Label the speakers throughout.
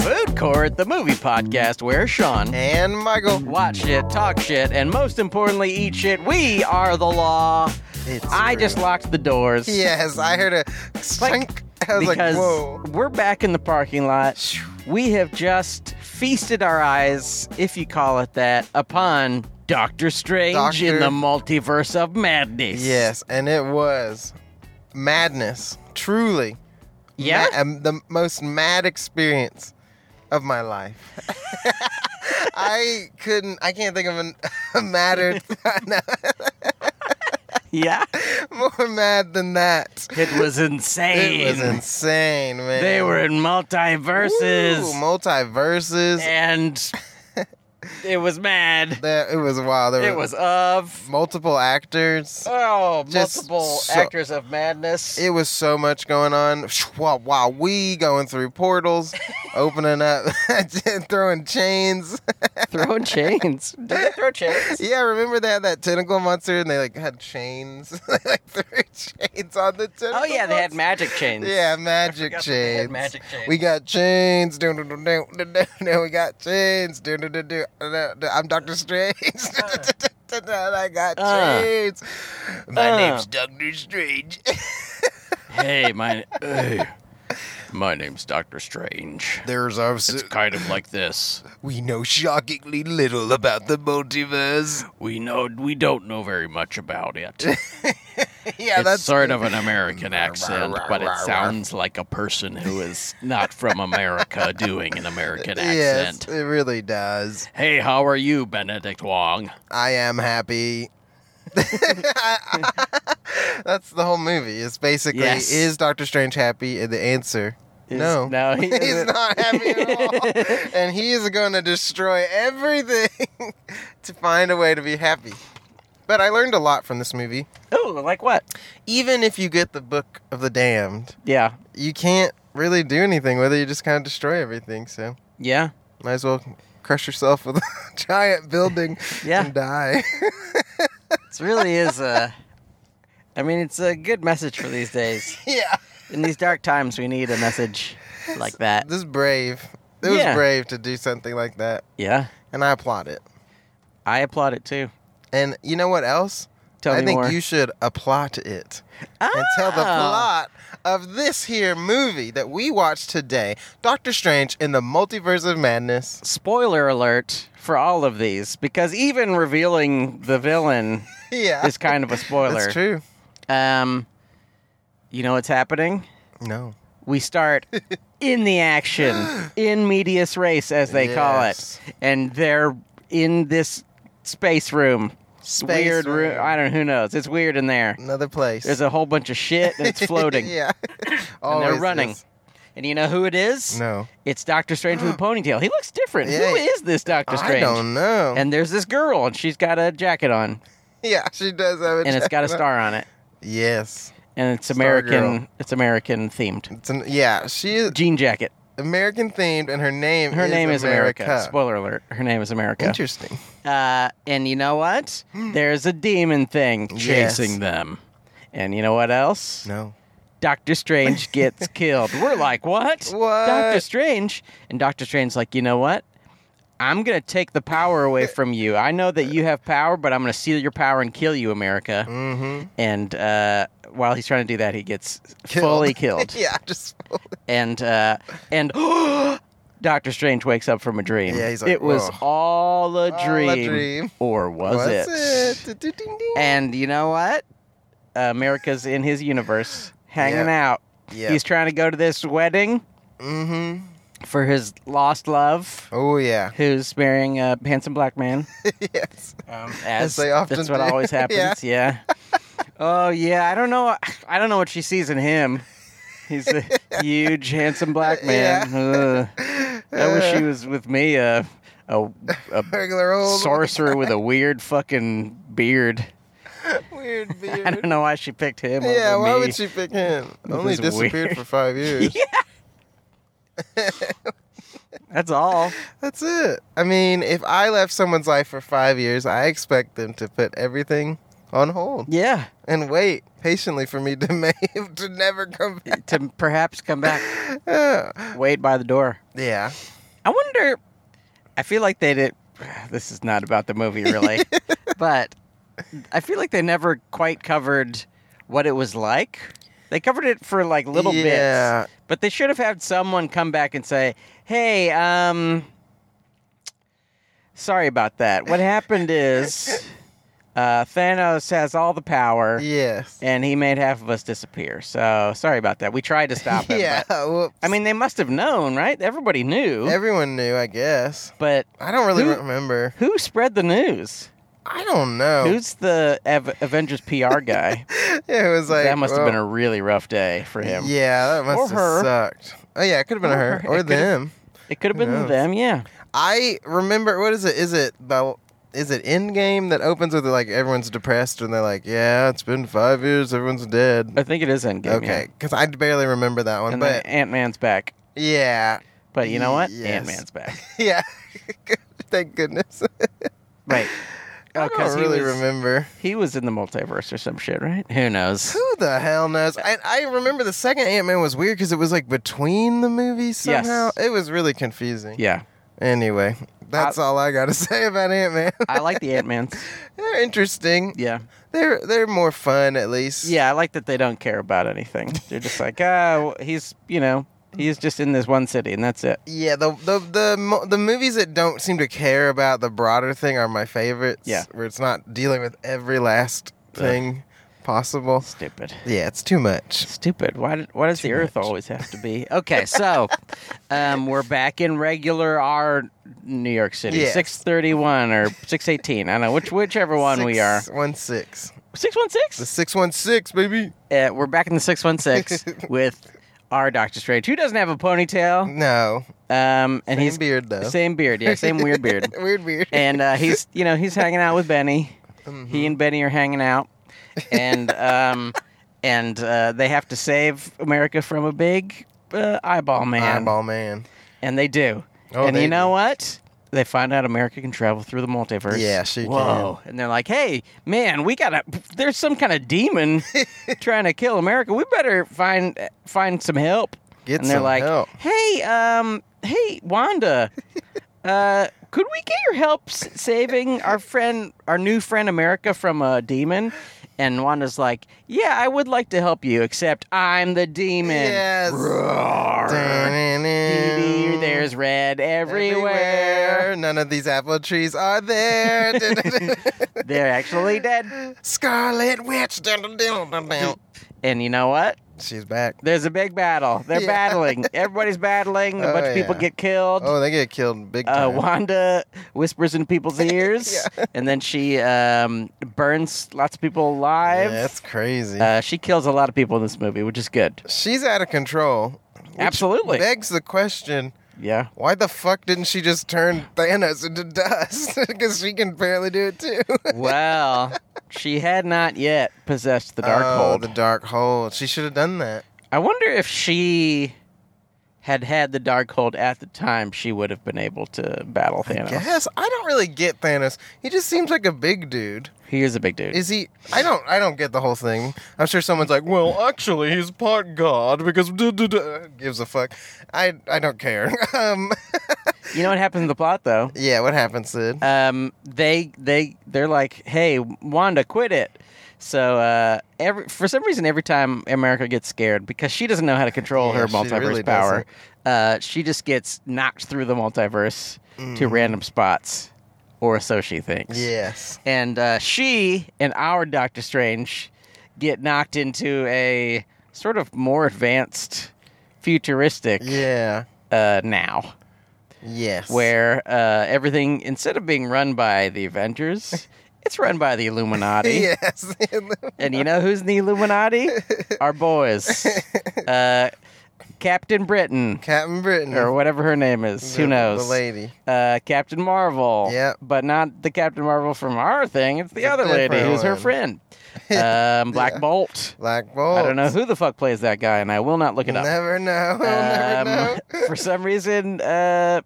Speaker 1: Record, the movie podcast where Sean
Speaker 2: And Michael,
Speaker 1: watch shit, talk shit, and most importantly, eat shit. We are the law.
Speaker 2: it's
Speaker 1: I
Speaker 2: true.
Speaker 1: just locked the doors.
Speaker 2: yes, I heard a clink. I was like,
Speaker 1: because
Speaker 2: whoa.
Speaker 1: we're back in the parking lot. We have just feasted our eyes, if you call it that, upon Doctor Strange in
Speaker 2: Doctor-
Speaker 1: the multiverse of madness.
Speaker 2: Yes, and it was madness. Truly,
Speaker 1: Yeah.
Speaker 2: Ma- um, the most mad experience of my life. I couldn't. I can't think of an, a madder, no,
Speaker 1: yeah.
Speaker 2: more mad than that.
Speaker 1: It was insane.
Speaker 2: It was insane, man.
Speaker 1: They were in multiverses.
Speaker 2: Ooh, multiverses.
Speaker 1: and it was mad.
Speaker 2: There- it was wild. There
Speaker 1: It
Speaker 2: were
Speaker 1: was of
Speaker 2: multiple actors.
Speaker 1: oh
Speaker 2: Just
Speaker 1: multiple
Speaker 2: so-
Speaker 1: actors of madness.
Speaker 2: It was so much going on. Wow, wow, we going through portals, opening up, throwing chains.
Speaker 1: throwing chains. Did they throw chains?
Speaker 2: yeah, remember they had that tentacle monster and they like had chains, They, like threw chains on the tentacle.
Speaker 1: Oh yeah, they had
Speaker 2: monster.
Speaker 1: magic chains.
Speaker 2: Yeah, magic
Speaker 1: forgot that they had
Speaker 2: chains.
Speaker 1: magic chains.
Speaker 2: We got chains. Do, do, do, do, do, do, do. We got chains. Do, do, do, do, do, do. I'm Doctor Strange. And I got
Speaker 1: Uh.
Speaker 2: chains. My
Speaker 1: Uh.
Speaker 2: name's Doctor Strange.
Speaker 1: Hey, my hey, my name's Doctor Strange.
Speaker 2: There's our
Speaker 1: It's kind of like this.
Speaker 2: We know shockingly little about the multiverse.
Speaker 1: We know we don't know very much about it.
Speaker 2: yeah,
Speaker 1: it's sort of an American accent, but it sounds like a person who is not from America doing an American accent.
Speaker 2: Yes, it really does.
Speaker 1: Hey, how are you, Benedict Wong?
Speaker 2: I am happy. That's the whole movie. It's basically
Speaker 1: Yes.
Speaker 2: is Doctor Strange happy? And the answer,
Speaker 1: Is-
Speaker 2: no,
Speaker 1: no, he
Speaker 2: he's
Speaker 1: isn't.
Speaker 2: not happy at all. and he is going to destroy everything to find a way to be happy. But I learned a lot from this movie.
Speaker 1: Oh, like what?
Speaker 2: Even if you get the Book of the Damned,
Speaker 1: Yeah.
Speaker 2: you can't really do anything with it. You just kind of destroy everything. So
Speaker 1: Yeah.
Speaker 2: might as well crush yourself with a giant building
Speaker 1: Yeah.
Speaker 2: and die.
Speaker 1: It really is a. I mean, it's a good message for these days.
Speaker 2: yeah,
Speaker 1: In these dark times, we need a message like that.
Speaker 2: this is brave. It was
Speaker 1: Uh, Yeah.
Speaker 2: brave to do something like that,
Speaker 1: Yeah.
Speaker 2: and I applaud it.
Speaker 1: I applaud it too.
Speaker 2: And you know what else?
Speaker 1: Tell
Speaker 2: I
Speaker 1: me
Speaker 2: think
Speaker 1: more.
Speaker 2: you should applaud it and tell the
Speaker 1: Ah.
Speaker 2: plot of this here movie that we watched today, Doctor Strange in the Multiverse of Madness.
Speaker 1: Spoiler alert for all of these, because even revealing the villain
Speaker 2: Yeah,
Speaker 1: is kind of a spoiler.
Speaker 2: That's true.
Speaker 1: Um, you know what's happening?
Speaker 2: No,
Speaker 1: we start in the action, in medias race, as they call
Speaker 2: Yes.
Speaker 1: it, and they're in this space room,
Speaker 2: Space
Speaker 1: weird room.
Speaker 2: room.
Speaker 1: I don't know who knows. It's weird in there.
Speaker 2: another place.
Speaker 1: There's a whole bunch of shit and it's floating,
Speaker 2: yeah,
Speaker 1: and they're
Speaker 2: Always
Speaker 1: running.
Speaker 2: is.
Speaker 1: And you know who it is?
Speaker 2: No,
Speaker 1: It's Doctor Strange with a ponytail. He looks different.
Speaker 2: Yeah.
Speaker 1: Who is this Doctor Strange?
Speaker 2: I don't know.
Speaker 1: And there's this girl, and she's got a jacket on,
Speaker 2: Yeah, she does have a
Speaker 1: and it's got a
Speaker 2: jacket on.
Speaker 1: star on it,
Speaker 2: Yes.
Speaker 1: and it's
Speaker 2: Star girl.
Speaker 1: American. It's American themed
Speaker 2: It's an, yeah, she is
Speaker 1: jean jacket.
Speaker 2: American themed and her name
Speaker 1: Her
Speaker 2: is
Speaker 1: name is
Speaker 2: America.
Speaker 1: Spoiler alert: Her name is America.
Speaker 2: Interesting.
Speaker 1: Uh, and you know what? There's a demon thing chasing
Speaker 2: Yes.
Speaker 1: them. And you know what else?
Speaker 2: No.
Speaker 1: Doctor Strange gets killed. We're like, what?
Speaker 2: What?
Speaker 1: Doctor Strange? And Doctor Strange's like, you know what? I'm going to take the power away
Speaker 2: Uh,
Speaker 1: from you. I know that you have power, but I'm going to seal your power and kill you, America.
Speaker 2: Mhm.
Speaker 1: And uh, while he's trying to do that, he gets
Speaker 2: Killed.
Speaker 1: fully killed.
Speaker 2: yeah, just
Speaker 1: And, uh, and Doctor Strange wakes up from a dream.
Speaker 2: Yeah, he's like,
Speaker 1: it was
Speaker 2: "Whoa.
Speaker 1: all a
Speaker 2: All a
Speaker 1: dream.
Speaker 2: dream."
Speaker 1: Or was,
Speaker 2: it? Ding, ding, ding.
Speaker 1: and you know what? America's in his universe, hanging out.
Speaker 2: Yeah.
Speaker 1: He's trying to go to this wedding
Speaker 2: mhm.
Speaker 1: for his lost love,
Speaker 2: Oh yeah.
Speaker 1: who's marrying a handsome black man.
Speaker 2: yes.
Speaker 1: Um, as,
Speaker 2: they often
Speaker 1: that's what
Speaker 2: do.
Speaker 1: always happens. yeah. Oh yeah, I don't know. I don't know what she sees in him. He's a huge, handsome black
Speaker 2: Uh,
Speaker 1: man. Ugh. I wish he was with me. Uh, a,
Speaker 2: Oh,
Speaker 1: a
Speaker 2: Regular old
Speaker 1: sorcerer with a weird fucking beard.
Speaker 2: weird beard.
Speaker 1: I don't know why she picked him.
Speaker 2: yeah,
Speaker 1: over
Speaker 2: why
Speaker 1: me.
Speaker 2: would she pick him? Only
Speaker 1: is
Speaker 2: disappeared
Speaker 1: weird.
Speaker 2: for five years.
Speaker 1: That's all.
Speaker 2: That's it. I mean, if I left someone's life for five years, I expect them to put everything on hold
Speaker 1: Yeah.
Speaker 2: and wait patiently for me to make, to never come back.
Speaker 1: to perhaps come back.
Speaker 2: Yeah.
Speaker 1: Wait by the door.
Speaker 2: Yeah.
Speaker 1: I wonder. I feel like they did. This is not about the movie, really, but I feel like they never quite covered what it was like. They covered it for like little
Speaker 2: Yeah.
Speaker 1: bits, but they should have had someone come back and say, "Hey, um, sorry about that. What happened is uh, Thanos has all the power."
Speaker 2: Yes.
Speaker 1: And he made half of us disappear. So sorry about that. We tried to stop him.
Speaker 2: yeah.
Speaker 1: but-
Speaker 2: Well,
Speaker 1: I mean, they must have known, right? Everybody knew.
Speaker 2: everyone knew, I guess.
Speaker 1: but
Speaker 2: I don't really
Speaker 1: Who-
Speaker 2: remember.
Speaker 1: who spread the news?
Speaker 2: I don't know.
Speaker 1: Who's the Av- Avengers PR guy?
Speaker 2: it was like
Speaker 1: that must
Speaker 2: well,
Speaker 1: have been a really rough day for him.
Speaker 2: Yeah, that must
Speaker 1: Or
Speaker 2: have
Speaker 1: her.
Speaker 2: sucked. Oh yeah, it could have been
Speaker 1: Or
Speaker 2: her
Speaker 1: her.
Speaker 2: or
Speaker 1: It could've-
Speaker 2: them.
Speaker 1: It could have
Speaker 2: Who
Speaker 1: been
Speaker 2: knows?
Speaker 1: them, yeah.
Speaker 2: I remember what is it? Is it the is it Endgame that opens with like everyone's depressed and they're like, yeah, it's been five years, everyone's dead.
Speaker 1: I think it is Endgame.
Speaker 2: Okay, because I barely remember that
Speaker 1: Yeah.
Speaker 2: one,
Speaker 1: And
Speaker 2: but
Speaker 1: then Ant Man's back.
Speaker 2: yeah,
Speaker 1: But you know what?
Speaker 2: Yes.
Speaker 1: Ant Man's back.
Speaker 2: yeah. Thank goodness.
Speaker 1: Right. Oh,
Speaker 2: I don't
Speaker 1: because
Speaker 2: really
Speaker 1: Oh, he, was-
Speaker 2: remember.
Speaker 1: he was in the multiverse or some shit, right? Who knows?
Speaker 2: Who the hell knows? I, I remember the second Ant Man was weird because it was like between the movies
Speaker 1: Yes.
Speaker 2: somehow. It was really confusing.
Speaker 1: Yeah.
Speaker 2: Anyway, that's all I got to say about Ant Man.
Speaker 1: I like the Ant Mans.
Speaker 2: they're interesting.
Speaker 1: Yeah.
Speaker 2: They're they're more fun at least.
Speaker 1: Yeah, I like that they don't care about anything. They're just like, oh, he's, you know, he's just in this one city and that's it.
Speaker 2: Yeah, the the the mo- the movies that don't seem to care about the broader thing are my favorites.
Speaker 1: Yeah.
Speaker 2: where it's not dealing with every last thing possible.
Speaker 1: Stupid.
Speaker 2: Yeah, it's too much.
Speaker 1: Stupid. Why, did, why does the earth
Speaker 2: much.
Speaker 1: always have to be? Okay, so um, we're back in regular our New York City.
Speaker 2: Yes.
Speaker 1: 631 or 618. I don't know, which, whichever one we are.
Speaker 2: One six. The
Speaker 1: 616?
Speaker 2: six one six, baby.
Speaker 1: Uh, we're back in the 616 with our Doctor Strange, who doesn't have a ponytail.
Speaker 2: No,
Speaker 1: Um, and
Speaker 2: same
Speaker 1: he's
Speaker 2: beard though.
Speaker 1: same beard. Yeah, same weird beard.
Speaker 2: weird beard.
Speaker 1: and uh, he's you know he's hanging out with Benny.
Speaker 2: Mhm.
Speaker 1: He and Benny are hanging out, and um, and uh, they have to save America from a big uh, eyeball man,
Speaker 2: eyeball man.
Speaker 1: and they do.
Speaker 2: Oh,
Speaker 1: and
Speaker 2: they
Speaker 1: you know
Speaker 2: do.
Speaker 1: what? They find out America can travel through the multiverse.
Speaker 2: Yeah, she
Speaker 1: Whoa! And they're like, "Hey, man, we gotta. There's some kind of demon trying to kill America. We better find find some help."
Speaker 2: Get
Speaker 1: and they're
Speaker 2: some
Speaker 1: like,
Speaker 2: help.
Speaker 1: "Hey, um, hey, Wanda, uh, could we get your help s- saving our friend, our new friend America from a demon?" And Wanda's like, "Yeah, I would like to help you, except I'm the demon."
Speaker 2: Yes.
Speaker 1: Roar.
Speaker 2: Dun-dun-dun.
Speaker 1: There's red everywhere.
Speaker 2: Everywhere. None of these apple trees are there.
Speaker 1: They're actually dead.
Speaker 2: Scarlet Witch. Dun-dun-dun-dun-dun.
Speaker 1: And you know what?
Speaker 2: She's back.
Speaker 1: There's a big battle. They're
Speaker 2: Yeah.
Speaker 1: battling. Everybody's battling. A
Speaker 2: Oh,
Speaker 1: bunch of people
Speaker 2: yeah.
Speaker 1: get killed.
Speaker 2: Oh, they get killed big
Speaker 1: uh,
Speaker 2: time.
Speaker 1: Wanda whispers in people's ears,
Speaker 2: Yeah.
Speaker 1: and then she um, burns lots of people alive.
Speaker 2: Yeah, that's crazy.
Speaker 1: uh, she kills a lot of people in this movie, which is good.
Speaker 2: She's out of control. which
Speaker 1: Absolutely.
Speaker 2: Begs the question
Speaker 1: Yeah.
Speaker 2: why the fuck didn't she just turn Thanos into dust? Because she can barely do it too.
Speaker 1: Well, she had not yet possessed the dark
Speaker 2: oh,
Speaker 1: hold.
Speaker 2: The dark hole. She should have done that.
Speaker 1: I wonder if she had had the dark hold at the time, she would have been able to battle Thanos.
Speaker 2: Yes, I don't really get Thanos. He just seems like a big dude.
Speaker 1: He is a big dude.
Speaker 2: Is he? I don't. I don't get the whole thing. I'm sure someone's like, "Well, actually, he's part god because duh, duh, duh." Who gives a fuck." I I don't care. um,
Speaker 1: you know what happens in the plot though?
Speaker 2: yeah, what happened, Sid?
Speaker 1: um, they they they're like, "Hey, Wanda, quit it." So uh, every for some reason, every time America gets scared because she doesn't know how to control
Speaker 2: Yeah,
Speaker 1: her
Speaker 2: she
Speaker 1: multiverse
Speaker 2: really
Speaker 1: power, uh, she just gets knocked through the multiverse
Speaker 2: Mm-hmm.
Speaker 1: to random spots, or so she thinks.
Speaker 2: yes.
Speaker 1: And uh, she and our Doctor Strange get knocked into a sort of more advanced, futuristic
Speaker 2: Yeah.
Speaker 1: uh, now
Speaker 2: Yes.
Speaker 1: where uh, everything instead of being run by the Avengers, it's run by the Illuminati.
Speaker 2: Yes.
Speaker 1: And you know who's in the Illuminati? Our boys, uh, Captain Britain
Speaker 2: Captain Britain.
Speaker 1: or whatever her name is. Who knows?
Speaker 2: The lady.
Speaker 1: Uh, Captain Marvel.
Speaker 2: Yep.
Speaker 1: But not the Captain Marvel from our thing. It's the
Speaker 2: A
Speaker 1: other lady
Speaker 2: different
Speaker 1: who's her
Speaker 2: one.
Speaker 1: friend. Um, Black
Speaker 2: Yeah.
Speaker 1: Bolt.
Speaker 2: Black Bolt.
Speaker 1: I don't know who the fuck plays that guy, and I will not look it up.
Speaker 2: Never know. We'll never know.
Speaker 1: Um, for some reason, uh,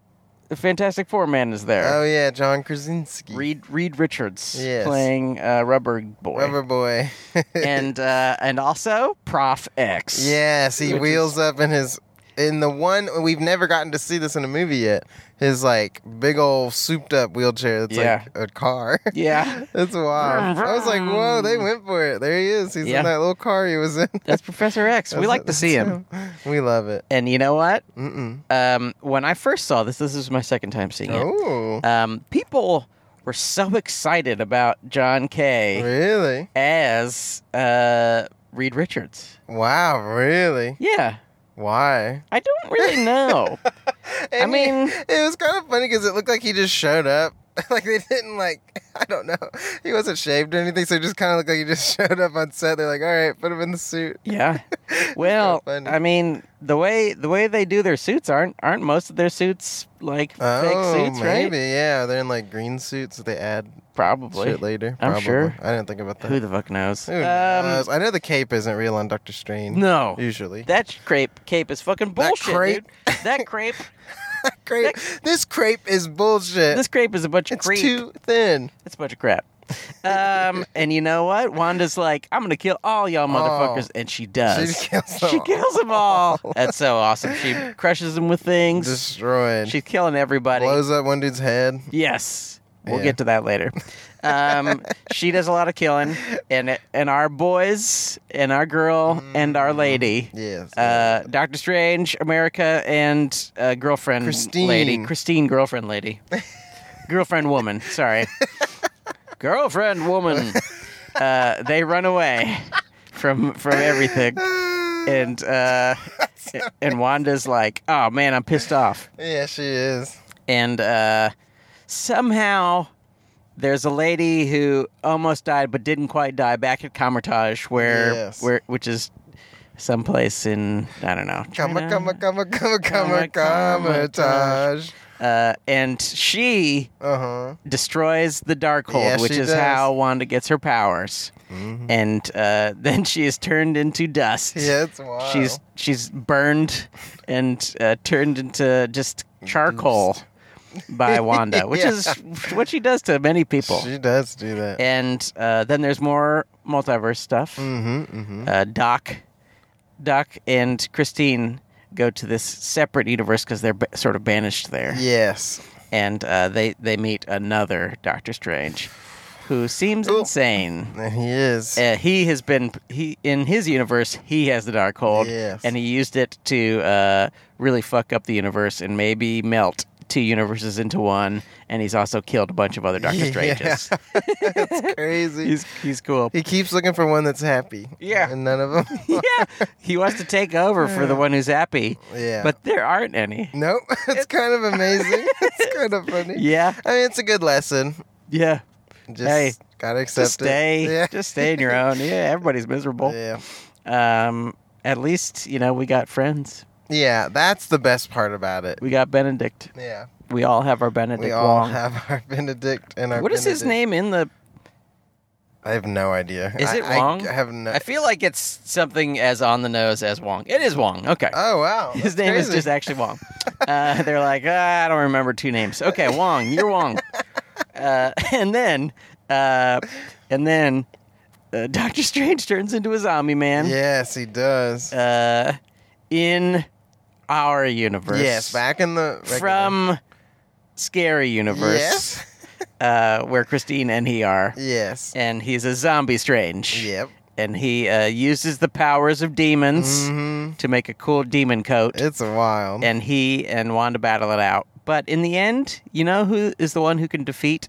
Speaker 1: Fantastic Four Man is there.
Speaker 2: Oh yeah, John Krasinski.
Speaker 1: Reed Reed Richards
Speaker 2: Yes.
Speaker 1: playing uh, Rubber Boy,
Speaker 2: Rubber Boy.
Speaker 1: and uh, and also Prof X.
Speaker 2: yes, he
Speaker 1: Which
Speaker 2: wheels up in his in the one we've never gotten to see this in a movie yet. His like big old souped up wheelchair that's
Speaker 1: Yeah.
Speaker 2: like a car.
Speaker 1: Yeah.
Speaker 2: that's wild. I was like, whoa, they went for it. There he is. He's
Speaker 1: Yeah.
Speaker 2: in that little car he was in.
Speaker 1: That's Professor X. We
Speaker 2: That's-
Speaker 1: like to see
Speaker 2: that's
Speaker 1: him.
Speaker 2: We love it.
Speaker 1: And you know what?
Speaker 2: Mm-mm.
Speaker 1: Um, when I first saw this, this is my second time seeing it.
Speaker 2: Oh,
Speaker 1: Um, people were so excited about John Kay
Speaker 2: really?
Speaker 1: as uh, Reed Richards.
Speaker 2: Wow, really?
Speaker 1: Yeah,
Speaker 2: Why?
Speaker 1: I don't really know.
Speaker 2: And he-
Speaker 1: mean-
Speaker 2: it was kind of funny because it looked like he just showed up. like they didn't like, I don't know. He wasn't shaved or anything, so it just kind of looked like he just showed up on set. They're like, all right, put him in the suit.
Speaker 1: yeah. Well,
Speaker 2: funny.
Speaker 1: I mean, the way the way they do their suits aren't aren't most of their suits like
Speaker 2: Oh,
Speaker 1: fake suits,
Speaker 2: maybe
Speaker 1: right?
Speaker 2: yeah. They're in like green suits that they add
Speaker 1: Probably.
Speaker 2: shit later.
Speaker 1: I'm
Speaker 2: probably.
Speaker 1: sure.
Speaker 2: I didn't think about that.
Speaker 1: Who the fuck knows? Um,
Speaker 2: Who knows? I know the cape isn't real on Doctor Strange.
Speaker 1: No.
Speaker 2: usually.
Speaker 1: That crepe cape is fucking bullshit,
Speaker 2: crepe.
Speaker 1: dude. That crepe.
Speaker 2: crepe. This crepe is bullshit.
Speaker 1: this crepe is a bunch of
Speaker 2: it's
Speaker 1: creep.
Speaker 2: too thin.
Speaker 1: It's a bunch of crap. Um, and you know what? Wanda's like, I'm gonna kill all y'all motherfuckers, and she does.
Speaker 2: Oh. She kills them
Speaker 1: She
Speaker 2: all.
Speaker 1: kills them all. That's so awesome. She crushes them with things.
Speaker 2: Destroyed.
Speaker 1: She's killing everybody.
Speaker 2: blows up one dude's head.
Speaker 1: Yes. We'll
Speaker 2: Yeah.
Speaker 1: get to that later. Um, she does a lot of killing, and and our boys, and our girl, and
Speaker 2: Mm,
Speaker 1: our lady,
Speaker 2: Yes.
Speaker 1: uh, Doctor Strange, America, and uh, girlfriend
Speaker 2: Christine.
Speaker 1: lady, Christine, girlfriend lady, girlfriend woman. Sorry, girlfriend woman. Uh, they run away from from everything, and uh, and Wanda's like, "Oh man, I'm pissed off."
Speaker 2: yeah, she is.
Speaker 1: and uh, somehow there's a lady who almost died but didn't quite die back at Comertage, where
Speaker 2: Yes.
Speaker 1: where which is someplace in I don't know.
Speaker 2: Come
Speaker 1: China?
Speaker 2: come come come
Speaker 1: Comma,
Speaker 2: come
Speaker 1: comma,
Speaker 2: come Taj.
Speaker 1: Uh, and she
Speaker 2: Uh huh.
Speaker 1: destroys the Darkhold,
Speaker 2: Yeah,
Speaker 1: which
Speaker 2: she
Speaker 1: is
Speaker 2: does. Mm-hmm.
Speaker 1: how Wanda gets her powers, and uh, then she is turned into dust.
Speaker 2: Yeah, it's wild.
Speaker 1: She's she's burned and uh, turned into just charcoal by Wanda, which is what she does to many people.
Speaker 2: She does do that.
Speaker 1: and uh, then there's more multiverse stuff.
Speaker 2: Mm-hmm. Mm-hmm.
Speaker 1: Uh, Doc, Doc, and Christine go to this separate universe because they're b- sort of banished there,
Speaker 2: Yes.
Speaker 1: and uh, they they meet another Doctor Strange, who seems
Speaker 2: Ooh.
Speaker 1: insane.
Speaker 2: And he is.
Speaker 1: Uh, he has been he in his universe. He has the dark hold,
Speaker 2: Yes.
Speaker 1: and he used it to uh, really fuck up the universe and maybe melt two universes into one. And he's also killed a bunch of other Doctor
Speaker 2: Yeah.
Speaker 1: Stranges.
Speaker 2: That's crazy.
Speaker 1: he's he's cool.
Speaker 2: he keeps looking for one that's happy.
Speaker 1: Yeah.
Speaker 2: And none of them.
Speaker 1: yeah, he wants to take over for the one who's happy,
Speaker 2: yeah.
Speaker 1: but there aren't any.
Speaker 2: nope. It's kind of amazing. it's kind of funny.
Speaker 1: Yeah,
Speaker 2: I mean, it's a good lesson.
Speaker 1: yeah.
Speaker 2: Just
Speaker 1: Hey,
Speaker 2: gotta accept
Speaker 1: Just stay,
Speaker 2: it. Yeah.
Speaker 1: just stay in your own. Yeah, everybody's miserable.
Speaker 2: Yeah.
Speaker 1: Um, at least you know we got friends.
Speaker 2: Yeah, that's the best part about it.
Speaker 1: We got Benedict.
Speaker 2: Yeah.
Speaker 1: We all have our Benedict.
Speaker 2: We all
Speaker 1: Wong.
Speaker 2: have our Benedict and our.
Speaker 1: What is his
Speaker 2: Benedict.
Speaker 1: name in the?
Speaker 2: I have no idea.
Speaker 1: Is
Speaker 2: I-
Speaker 1: it
Speaker 2: I,
Speaker 1: Wong?
Speaker 2: I have no.
Speaker 1: I feel like it's something as on the nose as Wong. It is Wong. Okay.
Speaker 2: oh wow,
Speaker 1: His
Speaker 2: that's
Speaker 1: name is
Speaker 2: crazy.
Speaker 1: just actually Wong. Uh, they're like, ah, I don't remember two names. Okay, Wong, you're Wong. Uh, and then, uh, and then, uh, Doctor Strange turns into a zombie man.
Speaker 2: Yes, he does.
Speaker 1: Uh, in our universe.
Speaker 2: yes, back in the regular-
Speaker 1: from scary universe.
Speaker 2: Yes.
Speaker 1: Uh, where Christine and he are,
Speaker 2: Yes.
Speaker 1: and he's a zombie Strange.
Speaker 2: Yep.
Speaker 1: and he uh, uses the powers of demons
Speaker 2: hmm
Speaker 1: to make a cool demon coat.
Speaker 2: It's wild.
Speaker 1: and he and Wanda battle it out. But in the end, you know who is the one who can defeat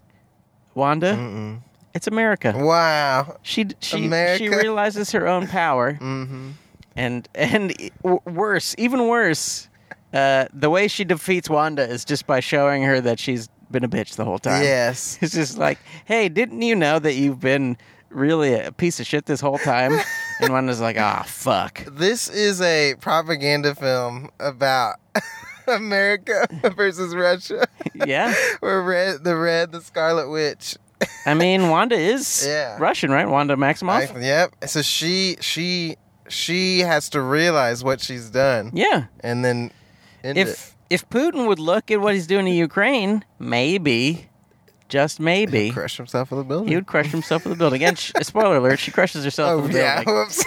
Speaker 1: Wanda?
Speaker 2: Mm-mm.
Speaker 1: It's America.
Speaker 2: Wow.
Speaker 1: She she she
Speaker 2: America.
Speaker 1: realizes her own power,
Speaker 2: Mm-hmm.
Speaker 1: and and i- w- worse, even worse, uh, the way she defeats Wanda is just by showing her that she's been a bitch the whole time.
Speaker 2: Yes.
Speaker 1: It's just like, hey, didn't you know that you've been really a piece of shit this whole time? and Wanda's like, ah, fuck.
Speaker 2: This is a propaganda film about America versus Russia,
Speaker 1: Yeah.
Speaker 2: where red, the red, the Scarlet Witch,
Speaker 1: I mean, Wanda is
Speaker 2: Yeah.
Speaker 1: Russian, right? Wanda Maximoff.
Speaker 2: I- yep. So she she she has to realize what she's done
Speaker 1: yeah.
Speaker 2: and then end it.
Speaker 1: If if Putin would look at what he's doing to Ukraine, maybe, just maybe,
Speaker 2: crush himself with a
Speaker 1: he
Speaker 2: building.
Speaker 1: would crush himself with the building. And sh- spoiler alert: she crushes herself
Speaker 2: oh
Speaker 1: with the
Speaker 2: yeah.
Speaker 1: building.
Speaker 2: Whoops.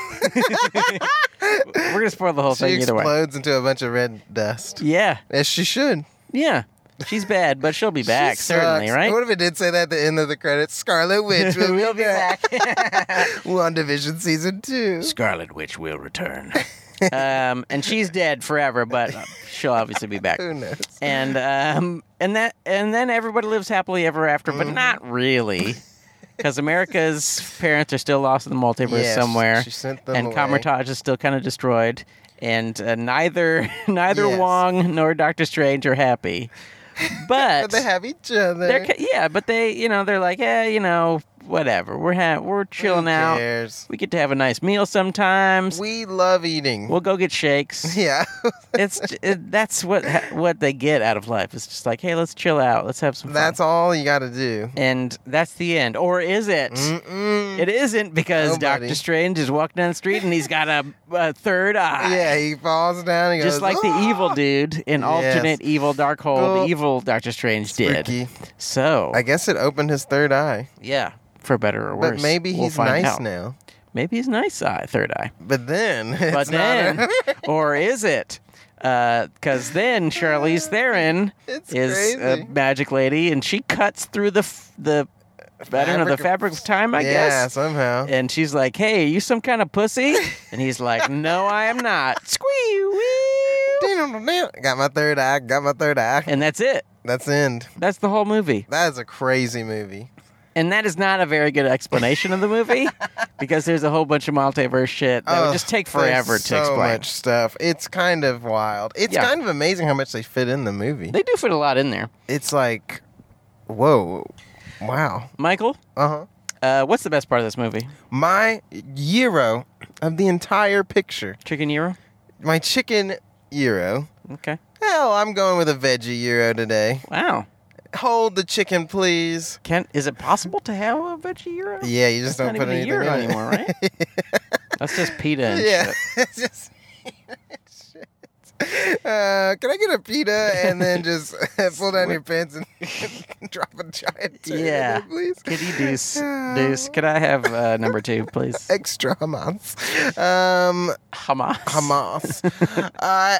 Speaker 1: We're gonna spoil the whole
Speaker 2: She
Speaker 1: thing either way.
Speaker 2: explodes into a bunch of red dust.
Speaker 1: Yeah,
Speaker 2: As she should.
Speaker 1: yeah. She's bad, but she'll be back
Speaker 2: She
Speaker 1: certainly,
Speaker 2: sucks.
Speaker 1: right?
Speaker 2: What if it did say that at the end of the credits? Scarlet Witch will
Speaker 1: we'll
Speaker 2: be back. WandaVision season two.
Speaker 1: Scarlet Witch will return. um, and she's dead forever, but uh, she'll obviously be back.
Speaker 2: Who knows?
Speaker 1: And um, and that and then everybody lives happily ever after,
Speaker 2: Mm-hmm.
Speaker 1: but not really, because America's parents are still lost in the multiverse
Speaker 2: Yeah, she-
Speaker 1: somewhere,
Speaker 2: she sent them
Speaker 1: and
Speaker 2: away.
Speaker 1: Kamertage is still kind of destroyed. And uh, neither neither
Speaker 2: Yes.
Speaker 1: Wong nor Doctor Strange are happy, but
Speaker 2: But they have each other.
Speaker 1: they're ca- yeah, but they you know they're like yeah you know whatever we're ha- we're chilling
Speaker 2: Who
Speaker 1: out.
Speaker 2: cares?
Speaker 1: We get to have a nice meal sometimes.
Speaker 2: We love eating.
Speaker 1: We'll go get shakes.
Speaker 2: yeah.
Speaker 1: it's j- it, that's what ha- what they get out of life. It's just like, hey, let's chill out, let's have some fun.
Speaker 2: That's all you got to do.
Speaker 1: and that's the end, or is it?
Speaker 2: Mm. Mm-mm.
Speaker 1: It isn't because
Speaker 2: No, buddy.
Speaker 1: Doctor Strange is walking down the street and he's got a, a third eye.
Speaker 2: Yeah, he falls down and
Speaker 1: Just
Speaker 2: goes,
Speaker 1: like the
Speaker 2: "Ah!"
Speaker 1: evil dude in
Speaker 2: Yes.
Speaker 1: alternate evil dark
Speaker 2: Oh.
Speaker 1: hold, evil Doctor Strange did.
Speaker 2: Spooky.
Speaker 1: So
Speaker 2: I guess it opened his third eye.
Speaker 1: yeah, for better or worse.
Speaker 2: But maybe
Speaker 1: we'll
Speaker 2: he's
Speaker 1: find
Speaker 2: nice
Speaker 1: out.
Speaker 2: now.
Speaker 1: Maybe he's nice eye, third eye.
Speaker 2: But then,
Speaker 1: but
Speaker 2: it's
Speaker 1: then,
Speaker 2: not a-
Speaker 1: or is it? Because then Charlize Theron
Speaker 2: It's
Speaker 1: is
Speaker 2: crazy.
Speaker 1: a magic lady, and she cuts through the f- the I don't know the
Speaker 2: Fabric of-
Speaker 1: fabric of time, I
Speaker 2: yeah,
Speaker 1: guess.
Speaker 2: somehow.
Speaker 1: And she's like, "Hey, you some kind of pussy?" And he's like, "No, I am not." Squee
Speaker 2: Got my third eye. Got my third eye.
Speaker 1: And that's it.
Speaker 2: That's the end.
Speaker 1: That's the whole movie.
Speaker 2: That is a crazy movie.
Speaker 1: And that is not a very good explanation of the movie because there's a whole bunch of multiverse shit that would
Speaker 2: Ugh,
Speaker 1: just take forever
Speaker 2: there's
Speaker 1: to
Speaker 2: so
Speaker 1: explain.
Speaker 2: much stuff. It's kind of wild. It's
Speaker 1: Yeah.
Speaker 2: kind of amazing how much they fit in the movie.
Speaker 1: They do fit a lot in there.
Speaker 2: It's like, whoa, wow.
Speaker 1: Michael,
Speaker 2: Uh huh.
Speaker 1: uh, what's the best part of this movie?
Speaker 2: My gyro of the entire picture.
Speaker 1: Chicken gyro.
Speaker 2: My chicken gyro.
Speaker 1: Okay.
Speaker 2: Hell, I'm going with a veggie gyro today.
Speaker 1: Wow.
Speaker 2: Hold the chicken, please.
Speaker 1: Can is it possible to have a veggie euro?
Speaker 2: Yeah, you just
Speaker 1: That's
Speaker 2: don't
Speaker 1: not
Speaker 2: put
Speaker 1: even a
Speaker 2: anything
Speaker 1: gyro
Speaker 2: in it.
Speaker 1: anymore, right? That's just pita and
Speaker 2: yeah.
Speaker 1: shit.
Speaker 2: It's just Uh, can I get a pita and then just pull down your pants and drop a giant turd in it,
Speaker 1: Yeah.
Speaker 2: please?
Speaker 1: Kitty Deuce, Deuce, could I have uh, number two, please?
Speaker 2: Extra Hamas. Um,
Speaker 1: Hamas.
Speaker 2: Hamas. uh,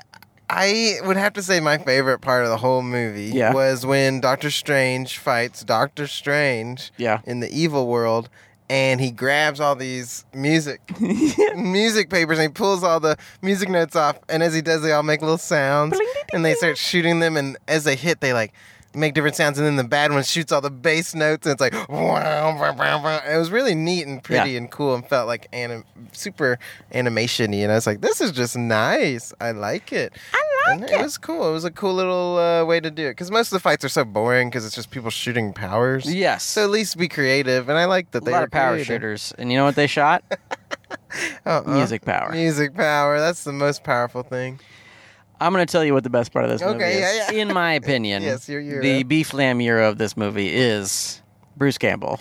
Speaker 2: I would have to say my favorite part of the whole movie
Speaker 1: Yeah.
Speaker 2: was when Doctor Strange fights Doctor Strange
Speaker 1: Yeah.
Speaker 2: in the evil world and he grabs all these music music papers and he pulls all the music notes off and as he does they all make little sounds
Speaker 1: Bling, ding, ding,
Speaker 2: and they start shooting them and as they hit they like make different sounds and then the bad one shoots all the bass notes and it's like wow, wow, wow, wow. it was really neat and pretty and cool and felt like anim- super animation y and I was like this is just nice I like it I like it was cool it was a cool little uh, way to do it because most of the fights are so boring because it's just people shooting powers
Speaker 1: Yes.
Speaker 2: so at least be creative, and I like that
Speaker 1: a
Speaker 2: they
Speaker 1: lot
Speaker 2: were
Speaker 1: of power
Speaker 2: creative.
Speaker 1: shooters, and you know what they shot?
Speaker 2: Uh-uh.
Speaker 1: Music power.
Speaker 2: Music power. That's the most powerful thing.
Speaker 1: I'm going to tell you what the best part of this movie
Speaker 2: Okay,
Speaker 1: is.
Speaker 2: yeah, yeah.
Speaker 1: In my opinion,
Speaker 2: Yes, your euro.
Speaker 1: the beef lamb euro of this movie is Bruce Campbell.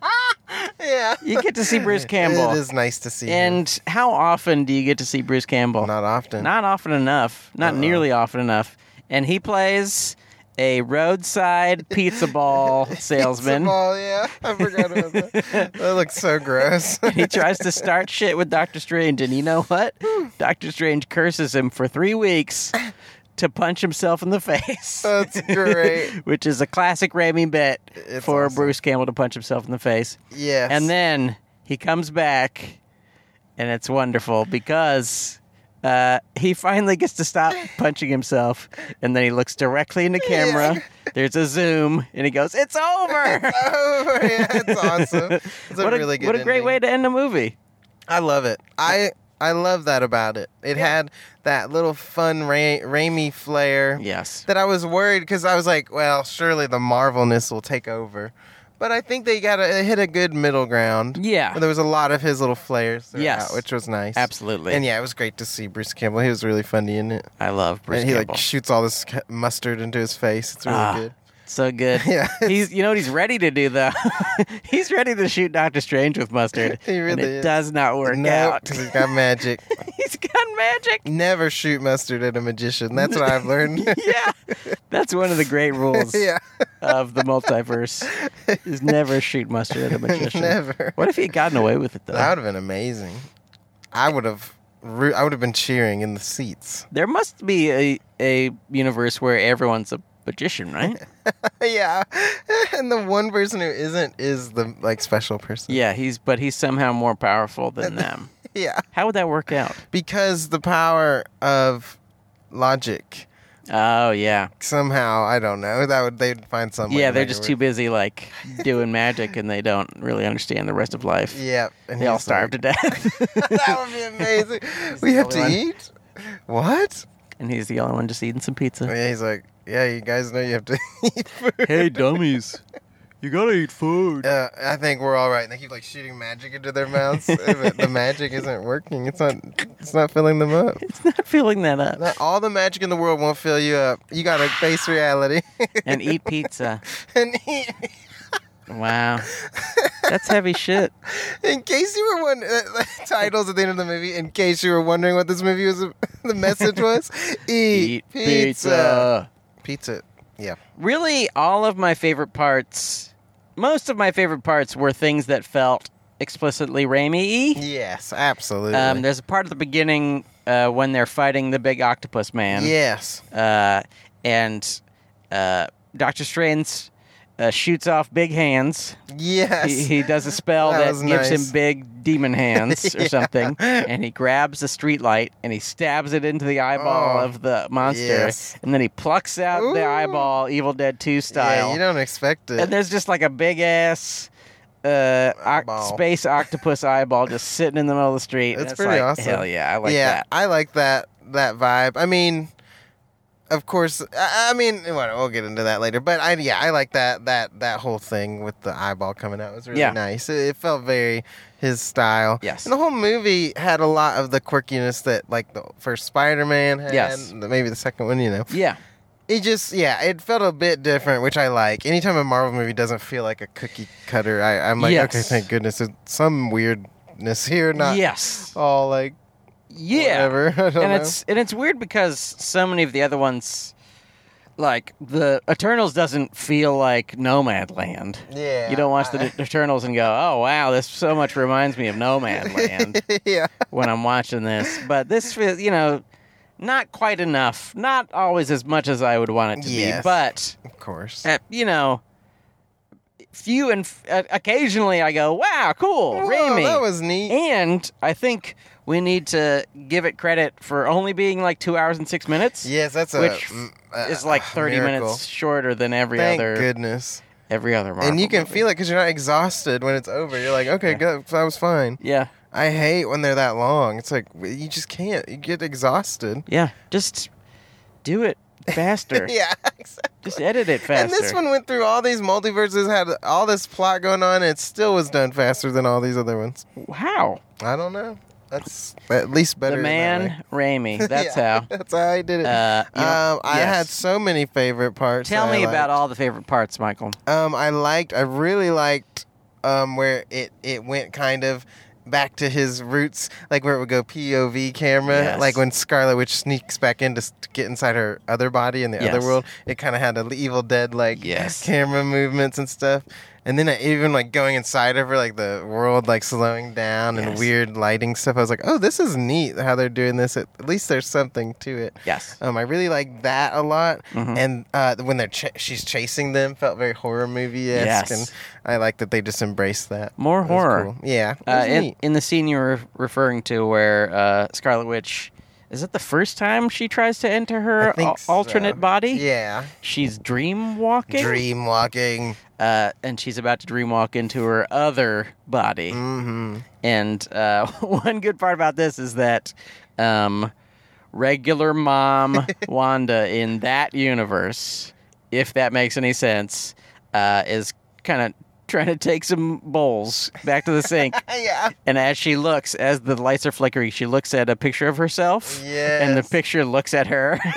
Speaker 2: Yeah,
Speaker 1: You get to see Bruce Campbell.
Speaker 2: It is nice to see. him.
Speaker 1: And how often do you get to see Bruce Campbell?
Speaker 2: not often. Uh-uh.
Speaker 1: Not often enough. Not nearly often enough. And he plays a roadside pizza ball salesman.
Speaker 2: Oh yeah, I forgot about that. that looks so gross.
Speaker 1: he tries to start shit with Doctor Strange, and you know what? Doctor Strange curses him for three weeks to punch himself in the face.
Speaker 2: That's great.
Speaker 1: Which is a classic Raimi bit
Speaker 2: It's
Speaker 1: for
Speaker 2: awesome.
Speaker 1: Bruce Campbell to punch himself in the face.
Speaker 2: yes.
Speaker 1: And then he comes back, and it's wonderful because uh, he finally gets to stop punching himself, and then he looks directly into camera. There's a zoom, and he goes, "It's over."
Speaker 2: Oh yeah, it's awesome. It's a,
Speaker 1: what a,
Speaker 2: really good.
Speaker 1: what a great
Speaker 2: ending.
Speaker 1: way to end a movie.
Speaker 2: I love it. I I love that about it. It had that little fun Ra- Raimi flair.
Speaker 1: Yes.
Speaker 2: that I was worried because I was like, well, surely the Marvelness will take over. But I think they got a, they hit a good middle ground.
Speaker 1: Yeah.
Speaker 2: There was a lot of his little flares, throughout,
Speaker 1: Yes.
Speaker 2: which was nice.
Speaker 1: Absolutely.
Speaker 2: And yeah, it was great to see Bruce Campbell. He was really funny in it.
Speaker 1: I love Bruce
Speaker 2: and he
Speaker 1: Campbell.
Speaker 2: like shoots all this ca- mustard into his face. It's really
Speaker 1: Ah.
Speaker 2: good.
Speaker 1: so good.
Speaker 2: Yeah.
Speaker 1: He's you know what he's ready to do though. he's ready to shoot Doctor Strange with mustard.
Speaker 2: He
Speaker 1: and
Speaker 2: really
Speaker 1: it
Speaker 2: is.
Speaker 1: does not work
Speaker 2: Nope,
Speaker 1: out.
Speaker 2: 'cause he's got magic.
Speaker 1: he's got magic.
Speaker 2: Never shoot mustard at a magician. That's what I've learned.
Speaker 1: Yeah. That's one of the great rules
Speaker 2: yeah,
Speaker 1: of the multiverse is never shoot mustard at a magician.
Speaker 2: never.
Speaker 1: What if he had gotten away with it though?
Speaker 2: That would have been amazing. I would have root. I would have been cheering in the seats.
Speaker 1: There must be a a universe where everyone's a magician, right?
Speaker 2: yeah, and the one person who isn't is the like special person.
Speaker 1: yeah, he's but he's somehow more powerful than them.
Speaker 2: Yeah,
Speaker 1: How would that work out?
Speaker 2: because the power of logic
Speaker 1: Oh yeah,
Speaker 2: somehow I don't know that would they'd find some. way
Speaker 1: yeah.
Speaker 2: to
Speaker 1: They're
Speaker 2: make it
Speaker 1: just too
Speaker 2: work.
Speaker 1: busy like doing magic, and they don't really understand the rest of life.
Speaker 2: Yeah, and
Speaker 1: They all
Speaker 2: he's like,
Speaker 1: starve to death,
Speaker 2: that would be amazing. we have to
Speaker 1: only
Speaker 2: eat. What?
Speaker 1: and he's the only one just eating some pizza.
Speaker 2: Yeah, he's like, yeah, you guys know you have to eat food.
Speaker 1: dummies, you gotta eat food.
Speaker 2: Uh, I think we're all right. And they keep like shooting magic into their mouths. but the magic isn't working. It's not. It's not filling them up.
Speaker 1: It's not filling that up.
Speaker 2: Not all the magic in the world won't fill you up. You gotta face reality
Speaker 1: And eat pizza.
Speaker 2: and eat.
Speaker 1: Wow, that's heavy shit.
Speaker 2: In case you were wondering, titles at the end of the movie. In case you were wondering what this movie was, the message was: eat, Pizza. Yeah.
Speaker 1: really all of my favorite parts most of my favorite parts were things that felt explicitly Raimi-y.
Speaker 2: Yes. Absolutely.
Speaker 1: Um, there's a part at the beginning uh, when they're fighting the big octopus man.
Speaker 2: yes.
Speaker 1: Uh, and uh, Doctor Strange uh, shoots off big hands.
Speaker 2: Yes.
Speaker 1: He, he does a spell
Speaker 2: That
Speaker 1: that,
Speaker 2: was
Speaker 1: gives
Speaker 2: nice.
Speaker 1: him big demon hands or
Speaker 2: Yeah.
Speaker 1: something, and he grabs a streetlight and he stabs it into the eyeball
Speaker 2: Oh,
Speaker 1: of the monster,
Speaker 2: yes.
Speaker 1: and then he plucks out the
Speaker 2: Ooh.
Speaker 1: eyeball, Evil Dead Two style.
Speaker 2: Yeah, you don't expect it.
Speaker 1: And there's just like a big ass uh, oc-
Speaker 2: Eyeball.
Speaker 1: space octopus eyeball just sitting in the middle of the street. and
Speaker 2: That's
Speaker 1: it's
Speaker 2: pretty
Speaker 1: like,
Speaker 2: awesome.
Speaker 1: Hell yeah, I like
Speaker 2: yeah,
Speaker 1: that.
Speaker 2: I like that that vibe. I mean, of course, I, I mean, well, we'll get into that later. But I, yeah, I like that that that whole thing with the eyeball coming out was really
Speaker 1: Yeah.
Speaker 2: nice. It, it felt very his style.
Speaker 1: Yes.
Speaker 2: and the whole movie had a lot of the quirkiness that like the first Spider Man had.
Speaker 1: Yes.
Speaker 2: and maybe the second one. You know,
Speaker 1: Yeah,
Speaker 2: it just yeah, it felt a bit different, which I like. Anytime a Marvel movie doesn't feel like a cookie cutter, I, I'm like,
Speaker 1: Yes.
Speaker 2: okay, thank goodness, it's some weirdness here, not
Speaker 1: yes,
Speaker 2: all like
Speaker 1: yeah.
Speaker 2: whatever. I don't
Speaker 1: And
Speaker 2: know.
Speaker 1: it's and it's weird because so many of the other ones, like the Eternals, doesn't feel like Nomad Land.
Speaker 2: Yeah.
Speaker 1: You don't watch
Speaker 2: I-
Speaker 1: the Eternals and go, "Oh wow, this so much reminds me of Nomad Land."
Speaker 2: yeah.
Speaker 1: when I'm watching this, but this feels, you know, not quite enough. Not always as much as I would want it to be,
Speaker 2: Yes.
Speaker 1: but
Speaker 2: Of course.
Speaker 1: uh, you know, few and f- uh, occasionally I go, "Wow, cool, Raimi."
Speaker 2: That was neat.
Speaker 1: and I think we need to give it credit for only being like two hours and six minutes.
Speaker 2: Yes, that's a
Speaker 1: Which
Speaker 2: mm, uh,
Speaker 1: It's like thirty
Speaker 2: miracle.
Speaker 1: minutes shorter than every
Speaker 2: Thank
Speaker 1: other
Speaker 2: goodness.
Speaker 1: every other. Marvel
Speaker 2: and you can
Speaker 1: movie.
Speaker 2: feel it because you're not exhausted when it's over. You're like, okay,
Speaker 1: Yeah.
Speaker 2: good, that was fine.
Speaker 1: yeah,
Speaker 2: I hate when they're that long. It's like w- you just can't. You get exhausted.
Speaker 1: yeah. Just do it faster.
Speaker 2: yeah. Exactly.
Speaker 1: Just edit it faster.
Speaker 2: And this one went through all these multiverses, had all this plot going on, and it still was done faster than all these other ones.
Speaker 1: how?
Speaker 2: I don't know. That's at least better.
Speaker 1: the
Speaker 2: in that way.
Speaker 1: man Raimi. That's
Speaker 2: Yeah,
Speaker 1: how.
Speaker 2: That's how I did it.
Speaker 1: Uh, you know,
Speaker 2: um, I
Speaker 1: yes.
Speaker 2: had so many favorite parts.
Speaker 1: Tell
Speaker 2: that I
Speaker 1: me about
Speaker 2: liked.
Speaker 1: all the favorite parts, Michael.
Speaker 2: Um, I liked. I really liked um, where it it went kind of back to his roots, like where it would go POV camera,
Speaker 1: Yes.
Speaker 2: like when Scarlet Witch sneaks back in to s- to get inside her other body in the
Speaker 1: Yes.
Speaker 2: other world. It kind of had the Evil Dead like
Speaker 1: Yes.
Speaker 2: camera movements and stuff. And then I, even like going inside of her, like the world like slowing down and
Speaker 1: Yes.
Speaker 2: weird lighting stuff. I was like, oh, this is neat how they're doing this. At at least there's something to it.
Speaker 1: Yes.
Speaker 2: Um, I really like that a lot,
Speaker 1: Mhm.
Speaker 2: and uh, when they're ch- she's chasing them, felt very horror movie esque,
Speaker 1: Yes.
Speaker 2: and I like that they just embraced that.
Speaker 1: More
Speaker 2: It was
Speaker 1: horror.
Speaker 2: cool. yeah. it
Speaker 1: Uh,
Speaker 2: was
Speaker 1: in,
Speaker 2: neat.
Speaker 1: in the scene you were referring to, where uh, Scarlet Witch is it the first time she tries to enter
Speaker 2: I
Speaker 1: her
Speaker 2: think
Speaker 1: al- alternate
Speaker 2: so.
Speaker 1: body?
Speaker 2: Yeah,
Speaker 1: She's dream walking,
Speaker 2: dream walking.
Speaker 1: uh, and she's about to dream walk into her other body.
Speaker 2: Mm-hmm.
Speaker 1: And uh, one good part about this is that um, regular mom Wanda in that universe, if that makes any sense, uh, is kind of trying to take some bowls back to the sink.
Speaker 2: Yeah,
Speaker 1: and as she looks, as the lights are flickering, she looks at a picture of herself.
Speaker 2: yeah.
Speaker 1: And the picture looks at her.
Speaker 2: Yeah,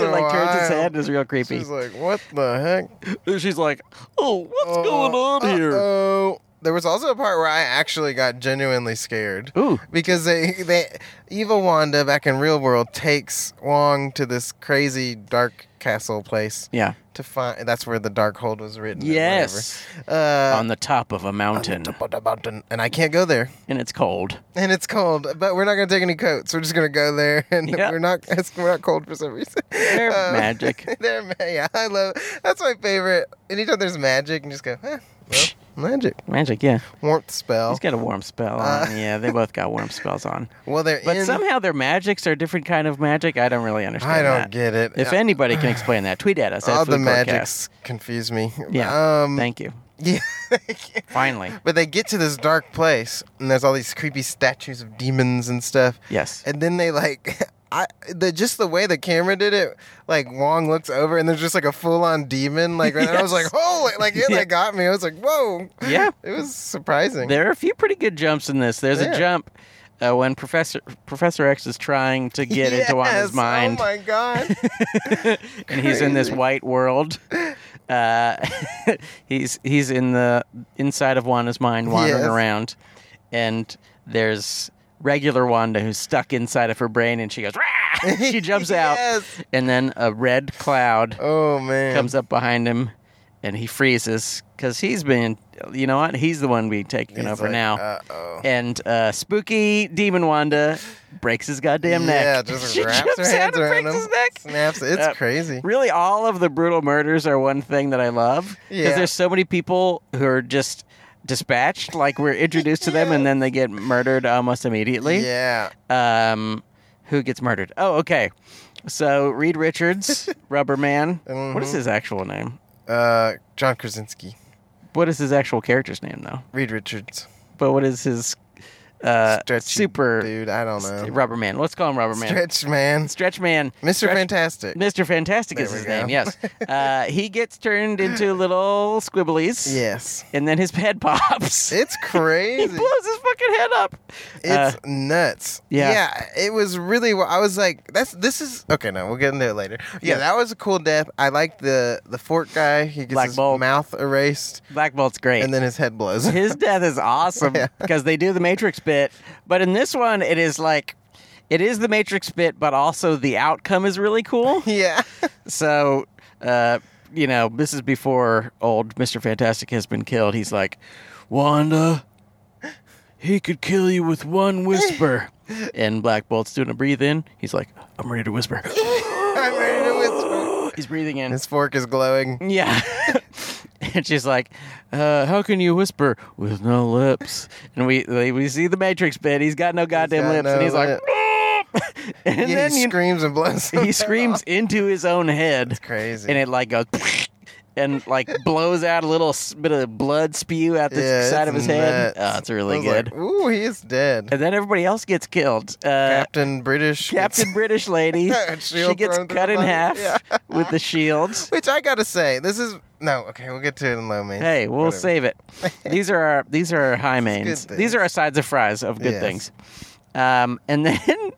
Speaker 1: It, like turns its
Speaker 2: wild.
Speaker 1: head and is real creepy.
Speaker 2: she's like, "What the heck?
Speaker 1: And She's like, "Oh, what's going on here?"
Speaker 2: Oh, there was also a part where I actually got genuinely scared.
Speaker 1: Ooh,
Speaker 2: because they they evil Wanda back in real world takes Wong to this crazy dark castle place
Speaker 1: yeah,
Speaker 2: to find. That's where the dark hold was written. or
Speaker 1: Yes.
Speaker 2: whatever. Uh,
Speaker 1: on the top of a mountain,
Speaker 2: top of the mountain, and I can't go there,
Speaker 1: and it's cold.
Speaker 2: and it's cold. But we're not gonna take any coats. We're just gonna go there, and
Speaker 1: Yeah.
Speaker 2: we're not. it's- We're not cold for some reason. Uh,
Speaker 1: They're magic.
Speaker 2: They're ma- yeah. I love. That's my favorite. Anytime there's magic, and just go. Eh, well, magic
Speaker 1: Magic, yeah.
Speaker 2: warmth spell.
Speaker 1: He's got a warm spell
Speaker 2: Uh,
Speaker 1: on. Yeah, they both got warm spells on.
Speaker 2: well, they're
Speaker 1: But
Speaker 2: in.
Speaker 1: somehow their magics are a different kind of magic. I don't really understand.
Speaker 2: I don't
Speaker 1: that.
Speaker 2: get it.
Speaker 1: If
Speaker 2: Uh,
Speaker 1: anybody can explain that, tweet at us.
Speaker 2: all
Speaker 1: at
Speaker 2: the
Speaker 1: Food Court Cast.
Speaker 2: magics confuse me.
Speaker 1: Yeah.
Speaker 2: Um,
Speaker 1: Thank you.
Speaker 2: yeah.
Speaker 1: Finally.
Speaker 2: But they get to this dark place, and there's all these creepy statues of demons and stuff.
Speaker 1: Yes.
Speaker 2: And then they like, I the just the way the camera did it, like Wong looks over, and there's just like a full on demon. Like, and I was like,
Speaker 1: Yes.
Speaker 2: holy! Like, yeah,
Speaker 1: Yeah.
Speaker 2: they got me. I was like, whoa.
Speaker 1: Yeah.
Speaker 2: It was surprising.
Speaker 1: There are a few pretty good jumps in this. There's
Speaker 2: Yeah.
Speaker 1: a jump uh, when Professor Professor X is trying to get
Speaker 2: yes.
Speaker 1: into Wanda's mind,
Speaker 2: Oh my god.
Speaker 1: and he's in this
Speaker 2: crazy.
Speaker 1: white world. Uh, he's he's in the inside of Wanda's mind, wandering
Speaker 2: Yes.
Speaker 1: around, and there's regular Wanda who's stuck inside of her brain, and she goes, "Rah!" she jumps
Speaker 2: Yes.
Speaker 1: out, and then a red cloud
Speaker 2: oh man.
Speaker 1: comes up behind him and he freezes because he's been you know what he's the one being taken
Speaker 2: He's
Speaker 1: over
Speaker 2: like, "Oh."
Speaker 1: now
Speaker 2: Uh-oh.
Speaker 1: and uh, spooky demon wanda breaks his goddamn neck
Speaker 2: Yeah, just
Speaker 1: she
Speaker 2: wraps
Speaker 1: jumps
Speaker 2: her
Speaker 1: out
Speaker 2: hands
Speaker 1: and
Speaker 2: around
Speaker 1: breaks his
Speaker 2: him,
Speaker 1: neck
Speaker 2: Snaps. It's
Speaker 1: Uh,
Speaker 2: crazy.
Speaker 1: really all of the brutal murders are one thing that i love because
Speaker 2: Yeah.
Speaker 1: there's so many people who are just dispatched like we're introduced to them and then they get murdered almost immediately
Speaker 2: Yeah.
Speaker 1: um, who gets murdered oh okay so reed richards rubber man What is
Speaker 2: Mhm.
Speaker 1: his actual name
Speaker 2: Uh, John Krasinski,
Speaker 1: What is his actual character's name though?
Speaker 2: Reed Richards,
Speaker 1: But what is his uh,
Speaker 2: Stretchy
Speaker 1: super
Speaker 2: dude. I don't know.
Speaker 1: st- rubber man? Let's call him Rubber Man.
Speaker 2: Stretch man.
Speaker 1: Stretch Man.
Speaker 2: Mr.
Speaker 1: Stretch-
Speaker 2: Fantastic.
Speaker 1: Mr. Fantastic
Speaker 2: There
Speaker 1: is
Speaker 2: we
Speaker 1: his
Speaker 2: go.
Speaker 1: name. Yes. Uh, he gets turned into little squibblies.
Speaker 2: Yes.
Speaker 1: And then his head pops.
Speaker 2: It's
Speaker 1: he
Speaker 2: crazy.
Speaker 1: blows his fucking head up.
Speaker 2: it's
Speaker 1: Uh,
Speaker 2: nuts.
Speaker 1: yeah.
Speaker 2: Yeah, it was really I was like that's this is okay, no, we'll get into it later. Yeah,
Speaker 1: Yeah.
Speaker 2: that was a cool death. I like the the fort guy. He gets
Speaker 1: Black
Speaker 2: his
Speaker 1: Bolt.
Speaker 2: mouth erased
Speaker 1: Black Bolt's great.
Speaker 2: and then his head blows.
Speaker 1: his death is awesome
Speaker 2: Yeah.
Speaker 1: because they do the Matrix bit, but in this one it is like it is the Matrix bit, but also the outcome is really cool.
Speaker 2: yeah.
Speaker 1: So, uh, you know, this is before old Mr. Fantastic has been killed. He's like, Wanda, he could kill you with one whisper. and Black Bolt's doing a breathe in. He's like, I'm ready to whisper.
Speaker 2: I'm ready to whisper.
Speaker 1: He's breathing in.
Speaker 2: His fork is glowing.
Speaker 1: yeah. and she's like, uh, How can you whisper with no lips? And we we see the Matrix bit. He's got no goddamn
Speaker 2: got
Speaker 1: lips.
Speaker 2: no
Speaker 1: and he's
Speaker 2: lip.
Speaker 1: like, And
Speaker 2: yeah,
Speaker 1: then
Speaker 2: he
Speaker 1: you,
Speaker 2: screams and blows.
Speaker 1: he screams into his own head.
Speaker 2: It's crazy.
Speaker 1: and it like goes and like blows out a little s- bit of blood spew out the
Speaker 2: Yeah,
Speaker 1: side
Speaker 2: it's
Speaker 1: of his head.
Speaker 2: nuts.
Speaker 1: Oh, it's
Speaker 2: I
Speaker 1: really
Speaker 2: was like,
Speaker 1: good.
Speaker 2: Ooh, he is dead.
Speaker 1: and then everybody else gets killed. Uh,
Speaker 2: Captain British. gets-
Speaker 1: Captain British lady,
Speaker 2: Shield
Speaker 1: she gets
Speaker 2: thrown through
Speaker 1: cut
Speaker 2: the
Speaker 1: in
Speaker 2: body.
Speaker 1: half
Speaker 2: Yeah.
Speaker 1: with the shield.
Speaker 2: Which I gotta say, this is no okay. We'll get to it in low main.
Speaker 1: Hey, we'll
Speaker 2: Whatever.
Speaker 1: save it. These are our these are our high mains.
Speaker 2: good
Speaker 1: These are our sides of fries of good
Speaker 2: Yes.
Speaker 1: things. Um, and then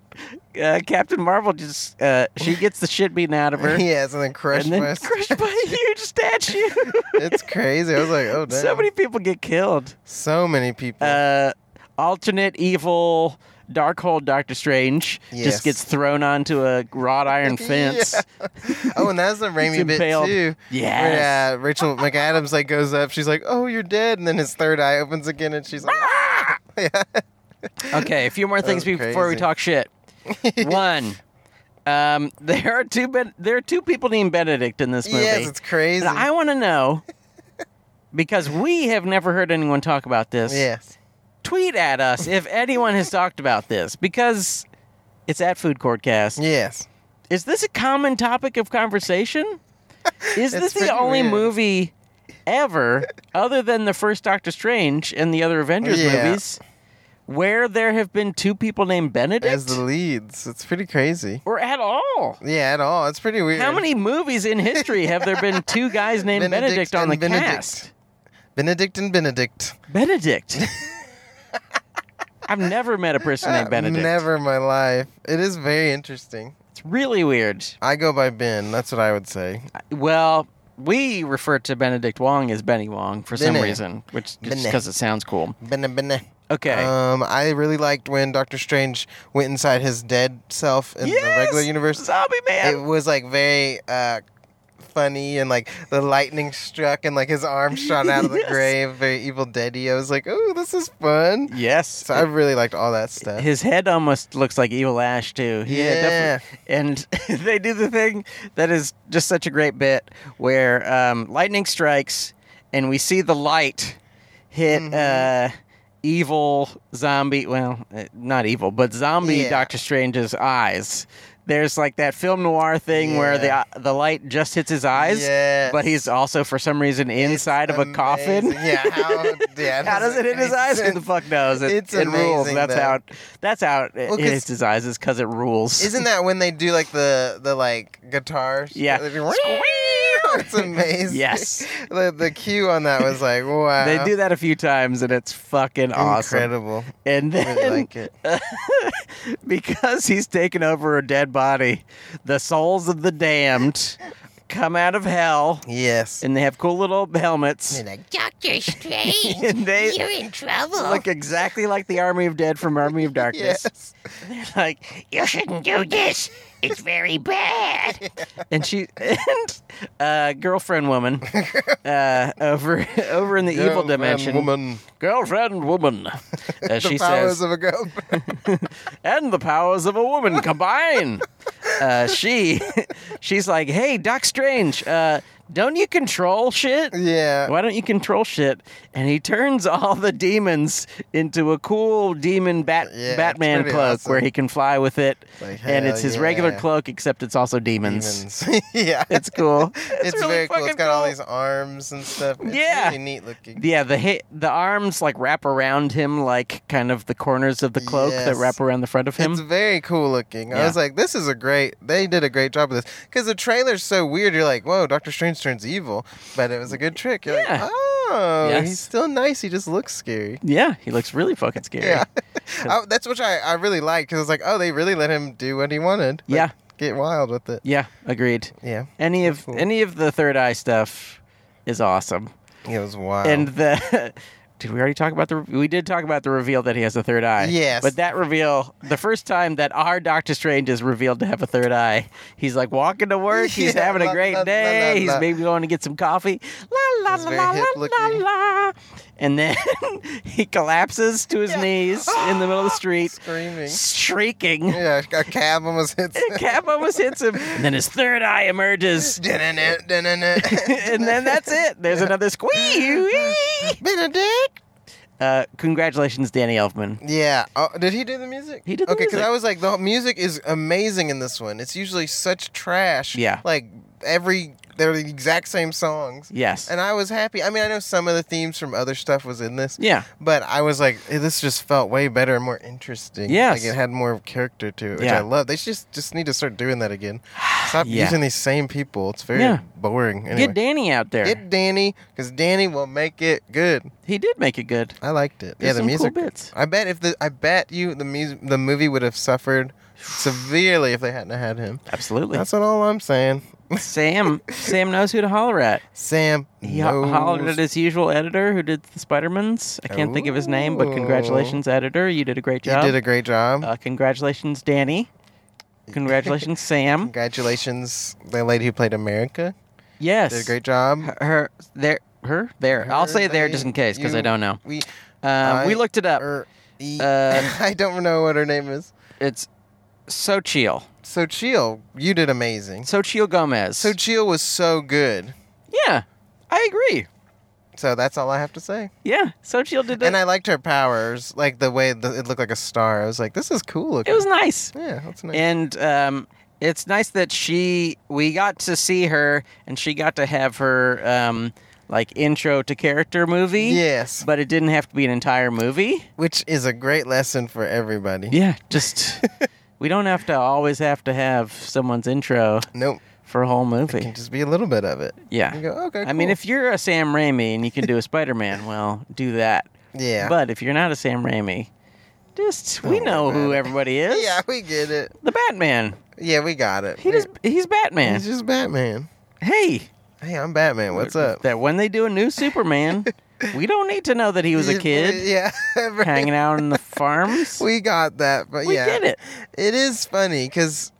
Speaker 1: uh, Captain Marvel just uh, she gets the shit beaten out of her,
Speaker 2: yes, and then crushed.
Speaker 1: and then
Speaker 2: by-
Speaker 1: crushed by a huge statue.
Speaker 2: it's crazy. I was like, oh damn.
Speaker 1: so many people get killed.
Speaker 2: so many people.
Speaker 1: uh, alternate evil Darkhold Doctor Strange
Speaker 2: Yes.
Speaker 1: just gets thrown onto a wrought iron fence.
Speaker 2: oh, and that's the Raimi bit
Speaker 1: impaled.
Speaker 2: too.
Speaker 1: Yes.
Speaker 2: Yeah, Rachel McAdams like goes up. She's like, oh, you're dead, and then his third eye opens again, and she's like, ah! yeah.
Speaker 1: Okay, a few more things
Speaker 2: That was
Speaker 1: before we
Speaker 2: crazy.
Speaker 1: talk shit. One, um, there are two ben- there are two people named Benedict in this movie.
Speaker 2: yes, it's crazy.
Speaker 1: And I want to know because we have never heard anyone talk about this.
Speaker 2: yes.
Speaker 1: Tweet at us if anyone has talked about this because it's at Food Court Cast.
Speaker 2: Yes.
Speaker 1: Is this a common topic of conversation? Is
Speaker 2: It's
Speaker 1: this
Speaker 2: pretty
Speaker 1: the only
Speaker 2: weird.
Speaker 1: movie ever, other than the first Doctor Strange and the other Avengers
Speaker 2: Yeah.
Speaker 1: movies, where there have been two people named Benedict?
Speaker 2: As the leads, it's pretty crazy.
Speaker 1: or at all?
Speaker 2: Yeah, at all, it's pretty weird.
Speaker 1: How many movies in history have there been two guys named
Speaker 2: Benedict
Speaker 1: Benedict, on the
Speaker 2: and Benedict.
Speaker 1: cast?
Speaker 2: Benedict and Benedict.
Speaker 1: Benedict. I've never met a person named Benedict.
Speaker 2: Uh, Never in my life. It is very interesting.
Speaker 1: It's really weird.
Speaker 2: I go by Ben. That's what I would say.
Speaker 1: Well, we refer to Benedict Wong as Benny Wong for some
Speaker 2: Benny.
Speaker 1: reason, which just
Speaker 2: Benny.
Speaker 1: because it sounds cool.
Speaker 2: Ben, Ben.
Speaker 1: Okay.
Speaker 2: Um, I really liked when Doctor Strange went inside his dead self in the
Speaker 1: Yes!
Speaker 2: regular universe.
Speaker 1: Zombie man.
Speaker 2: It was like very uh, funny and like the lightning struck and like his arm shot out of the
Speaker 1: Yes.
Speaker 2: grave, very evil deady. I was like, oh, this is fun.
Speaker 1: Yes.
Speaker 2: So I really liked all that stuff.
Speaker 1: His head almost looks like Evil Ash too. He had definitely- and they do the thing that is just such a great bit where um, lightning strikes and we see the light hit
Speaker 2: Mm-hmm.
Speaker 1: uh, evil zombie. Well, eh, not evil, but zombie
Speaker 2: Yeah.
Speaker 1: Doctor Strange's eyes. There's like that film noir thing where
Speaker 2: Yeah.
Speaker 1: the the light just hits his eyes,
Speaker 2: Yes.
Speaker 1: but he's also for some reason
Speaker 2: It's
Speaker 1: inside of a coffin.
Speaker 2: amazing. Yeah, how, yeah,
Speaker 1: How does it hit his eyes? Who the fuck knows? It,
Speaker 2: It's
Speaker 1: it rules.
Speaker 2: amazing,
Speaker 1: That's
Speaker 2: though.
Speaker 1: how. It, that's how it, it
Speaker 2: 'cause-
Speaker 1: hits his eyes is because it rules.
Speaker 2: Isn't that when they do like the the like guitar? sh-
Speaker 1: Yeah.
Speaker 2: It's amazing.
Speaker 1: Yes.
Speaker 2: the the cue on that was like wow.
Speaker 1: they do that a few times and it's fucking awesome.
Speaker 2: Incredible.
Speaker 1: And
Speaker 2: I
Speaker 1: then
Speaker 2: really like it.
Speaker 1: because he's taken over a dead body, the souls of the damned come out of hell
Speaker 2: Yes.
Speaker 1: and they have cool little helmets.
Speaker 2: And like,
Speaker 3: Doctor Strange,
Speaker 1: And they-
Speaker 3: you're in trouble.
Speaker 1: Look exactly like the Army of Dead from Army of Darkness.
Speaker 2: yes.
Speaker 1: They're like,
Speaker 3: you shouldn't do this. It's very bad.
Speaker 1: and she and uh, girlfriend woman uh, over over in the evil
Speaker 2: Girlfriend
Speaker 1: dimension
Speaker 2: Woman.
Speaker 1: girlfriend woman as
Speaker 2: The
Speaker 1: she
Speaker 2: powers
Speaker 1: says
Speaker 2: of a girlfriend.
Speaker 1: and the powers of a woman combine uh, she she's like hey doc strange uh, don't you control shit
Speaker 2: yeah.
Speaker 1: why don't you control shit? And he turns all the demons into a cool demon bat-
Speaker 2: Yeah, it's
Speaker 1: Batman
Speaker 2: pretty
Speaker 1: cloak
Speaker 2: awesome.
Speaker 1: where he can fly with it.
Speaker 2: Like,
Speaker 1: and
Speaker 2: hell
Speaker 1: it's his regular
Speaker 2: yeah.
Speaker 1: cloak, except it's also demons.
Speaker 2: Demons. yeah.
Speaker 1: It's cool.
Speaker 2: It's,
Speaker 1: really
Speaker 2: very cool. It's
Speaker 1: fucking
Speaker 2: got all these arms and stuff. It's
Speaker 1: Yeah.
Speaker 2: really neat looking.
Speaker 1: Yeah, the hit, the arms like wrap around him, like kind of the corners of the cloak that
Speaker 2: Yes.
Speaker 1: wrap around the front of him.
Speaker 2: It's very cool looking. I
Speaker 1: Yeah.
Speaker 2: was like, this is a great. They did a great job of this because the trailer's so weird. You're like, whoa, Doctor Strange turns evil, but it was a good trick. You're
Speaker 1: Yeah.
Speaker 2: like, oh,
Speaker 1: Yes.
Speaker 2: he's still nice. He just looks scary.
Speaker 1: yeah, he looks really fucking scary.
Speaker 2: Yeah, I, that's what I, I really liked because I was like, oh, they really let him do what he wanted. Like,
Speaker 1: Yeah.
Speaker 2: get wild with it.
Speaker 1: Yeah, agreed.
Speaker 2: Yeah,
Speaker 1: Any of
Speaker 2: Cool.
Speaker 1: any of the third eye stuff is awesome.
Speaker 2: it was wild.
Speaker 1: And the did we already talk about the we did talk about the reveal that he has a third eye.
Speaker 2: Yes.
Speaker 1: But that reveal, the first time that our Doctor Strange is revealed to have a third eye, he's like walking to work, he's
Speaker 2: Yeah,
Speaker 1: having a
Speaker 2: la,
Speaker 1: great
Speaker 2: la, la,
Speaker 1: day,
Speaker 2: la, la.
Speaker 1: he's maybe going to get some coffee. La la
Speaker 2: It's
Speaker 1: la
Speaker 2: very
Speaker 1: la
Speaker 2: hip
Speaker 1: la la
Speaker 2: looking.
Speaker 1: la. And then he collapses to his
Speaker 2: Yeah.
Speaker 1: knees in the middle of the street,
Speaker 2: screaming.
Speaker 1: shrieking.
Speaker 2: Yeah, a cab almost hits.
Speaker 1: The cab almost hits him. And then his third eye emerges.
Speaker 2: Dun-dun-dun, dun-dun-dun.
Speaker 1: and then that's it. There's another squee.
Speaker 2: Benedict.
Speaker 1: Uh, congratulations, Danny Elfman.
Speaker 2: Yeah. Oh, did he do the music?
Speaker 1: He did the
Speaker 2: okay, because
Speaker 1: music.
Speaker 2: I was like, the music is amazing in this one. It's usually such trash.
Speaker 1: Yeah.
Speaker 2: Like every they're the exact same songs.
Speaker 1: Yes.
Speaker 2: And I was happy. I mean, I know some of the themes from other stuff was in this.
Speaker 1: yeah.
Speaker 2: But I was like, "Hey, this just felt way better and more interesting.
Speaker 1: Yes.
Speaker 2: Like it had more character to it, which
Speaker 1: Yeah.
Speaker 2: I love. They just just need to start doing that again. Stop
Speaker 1: Yeah.
Speaker 2: using these same people. It's very
Speaker 1: Yeah.
Speaker 2: boring. Anyway,
Speaker 1: Get Danny out there.
Speaker 2: Get Danny, because Danny will make it good.
Speaker 1: he did make it good.
Speaker 2: I liked it.
Speaker 1: There's
Speaker 2: yeah, the
Speaker 1: some cool
Speaker 2: music.
Speaker 1: bits.
Speaker 2: I bet if the I bet you the music the movie would have suffered severely if they hadn't had him.
Speaker 1: Absolutely.
Speaker 2: That's not all I'm saying.
Speaker 1: Sam. Sam knows who to holler at.
Speaker 2: Sam
Speaker 1: He ho-
Speaker 2: knows.
Speaker 1: hollered at his usual editor, who did the Spidermans. I can't think of his name, but
Speaker 2: Ooh.
Speaker 1: congratulations, editor. You did a great
Speaker 2: He
Speaker 1: job.
Speaker 2: Oh. did a great job.
Speaker 1: uh, congratulations, Danny. Congratulations, Sam.
Speaker 2: Congratulations, the lady who played America
Speaker 1: Yes.
Speaker 2: did a great job.
Speaker 1: Her, her there. Her there. I'll say there just in case because I
Speaker 2: You-
Speaker 1: don't know.
Speaker 2: We
Speaker 1: Uh, we
Speaker 2: I-
Speaker 1: looked it up.
Speaker 2: er, e-
Speaker 1: Uh,
Speaker 2: I don't know what her name is.
Speaker 1: It's Sochiel.
Speaker 2: So Chiel, you did amazing.
Speaker 1: Sochiel Gomez.
Speaker 2: So Chiel was so good.
Speaker 1: yeah, I agree.
Speaker 2: So that's all I have to say.
Speaker 1: Yeah, Sochiel did
Speaker 2: And
Speaker 1: it.
Speaker 2: I liked her powers, like the way the, it looked like a star. I was like, this is cool. Looking.
Speaker 1: It was nice.
Speaker 2: yeah, that's nice.
Speaker 1: And um, it's nice that she we got to see her and she got to have her um, like intro to character movie.
Speaker 2: yes,
Speaker 1: But it didn't have to be an entire movie.
Speaker 2: which is a great lesson for everybody.
Speaker 1: Yeah, just we don't have to always have to have someone's intro
Speaker 2: Nope,
Speaker 1: for a whole
Speaker 2: it can
Speaker 1: movie.
Speaker 2: just be a little bit of it. You
Speaker 1: Yeah.
Speaker 2: go, okay.
Speaker 1: I mean,
Speaker 2: cool."
Speaker 1: if you're a Sam Raimi and you can do a Spider-Man, well, do that.
Speaker 2: yeah,
Speaker 1: But if you're not a Sam Raimi, just we
Speaker 2: Don't
Speaker 1: know
Speaker 2: worry
Speaker 1: who
Speaker 2: about it.
Speaker 1: everybody is.
Speaker 2: yeah, we get it.
Speaker 1: The Batman.
Speaker 2: Yeah, we got it.
Speaker 1: He just he's Batman.
Speaker 2: He's just Batman.
Speaker 1: hey,
Speaker 2: Hey, I'm Batman. What's up?
Speaker 1: That when they do a new Superman, we don't need to know that he was a
Speaker 2: You-
Speaker 1: kid
Speaker 2: Yeah, right.
Speaker 1: hanging out in the farms.
Speaker 2: We got that, but
Speaker 1: We
Speaker 2: yeah,
Speaker 1: did it.
Speaker 2: It is funny because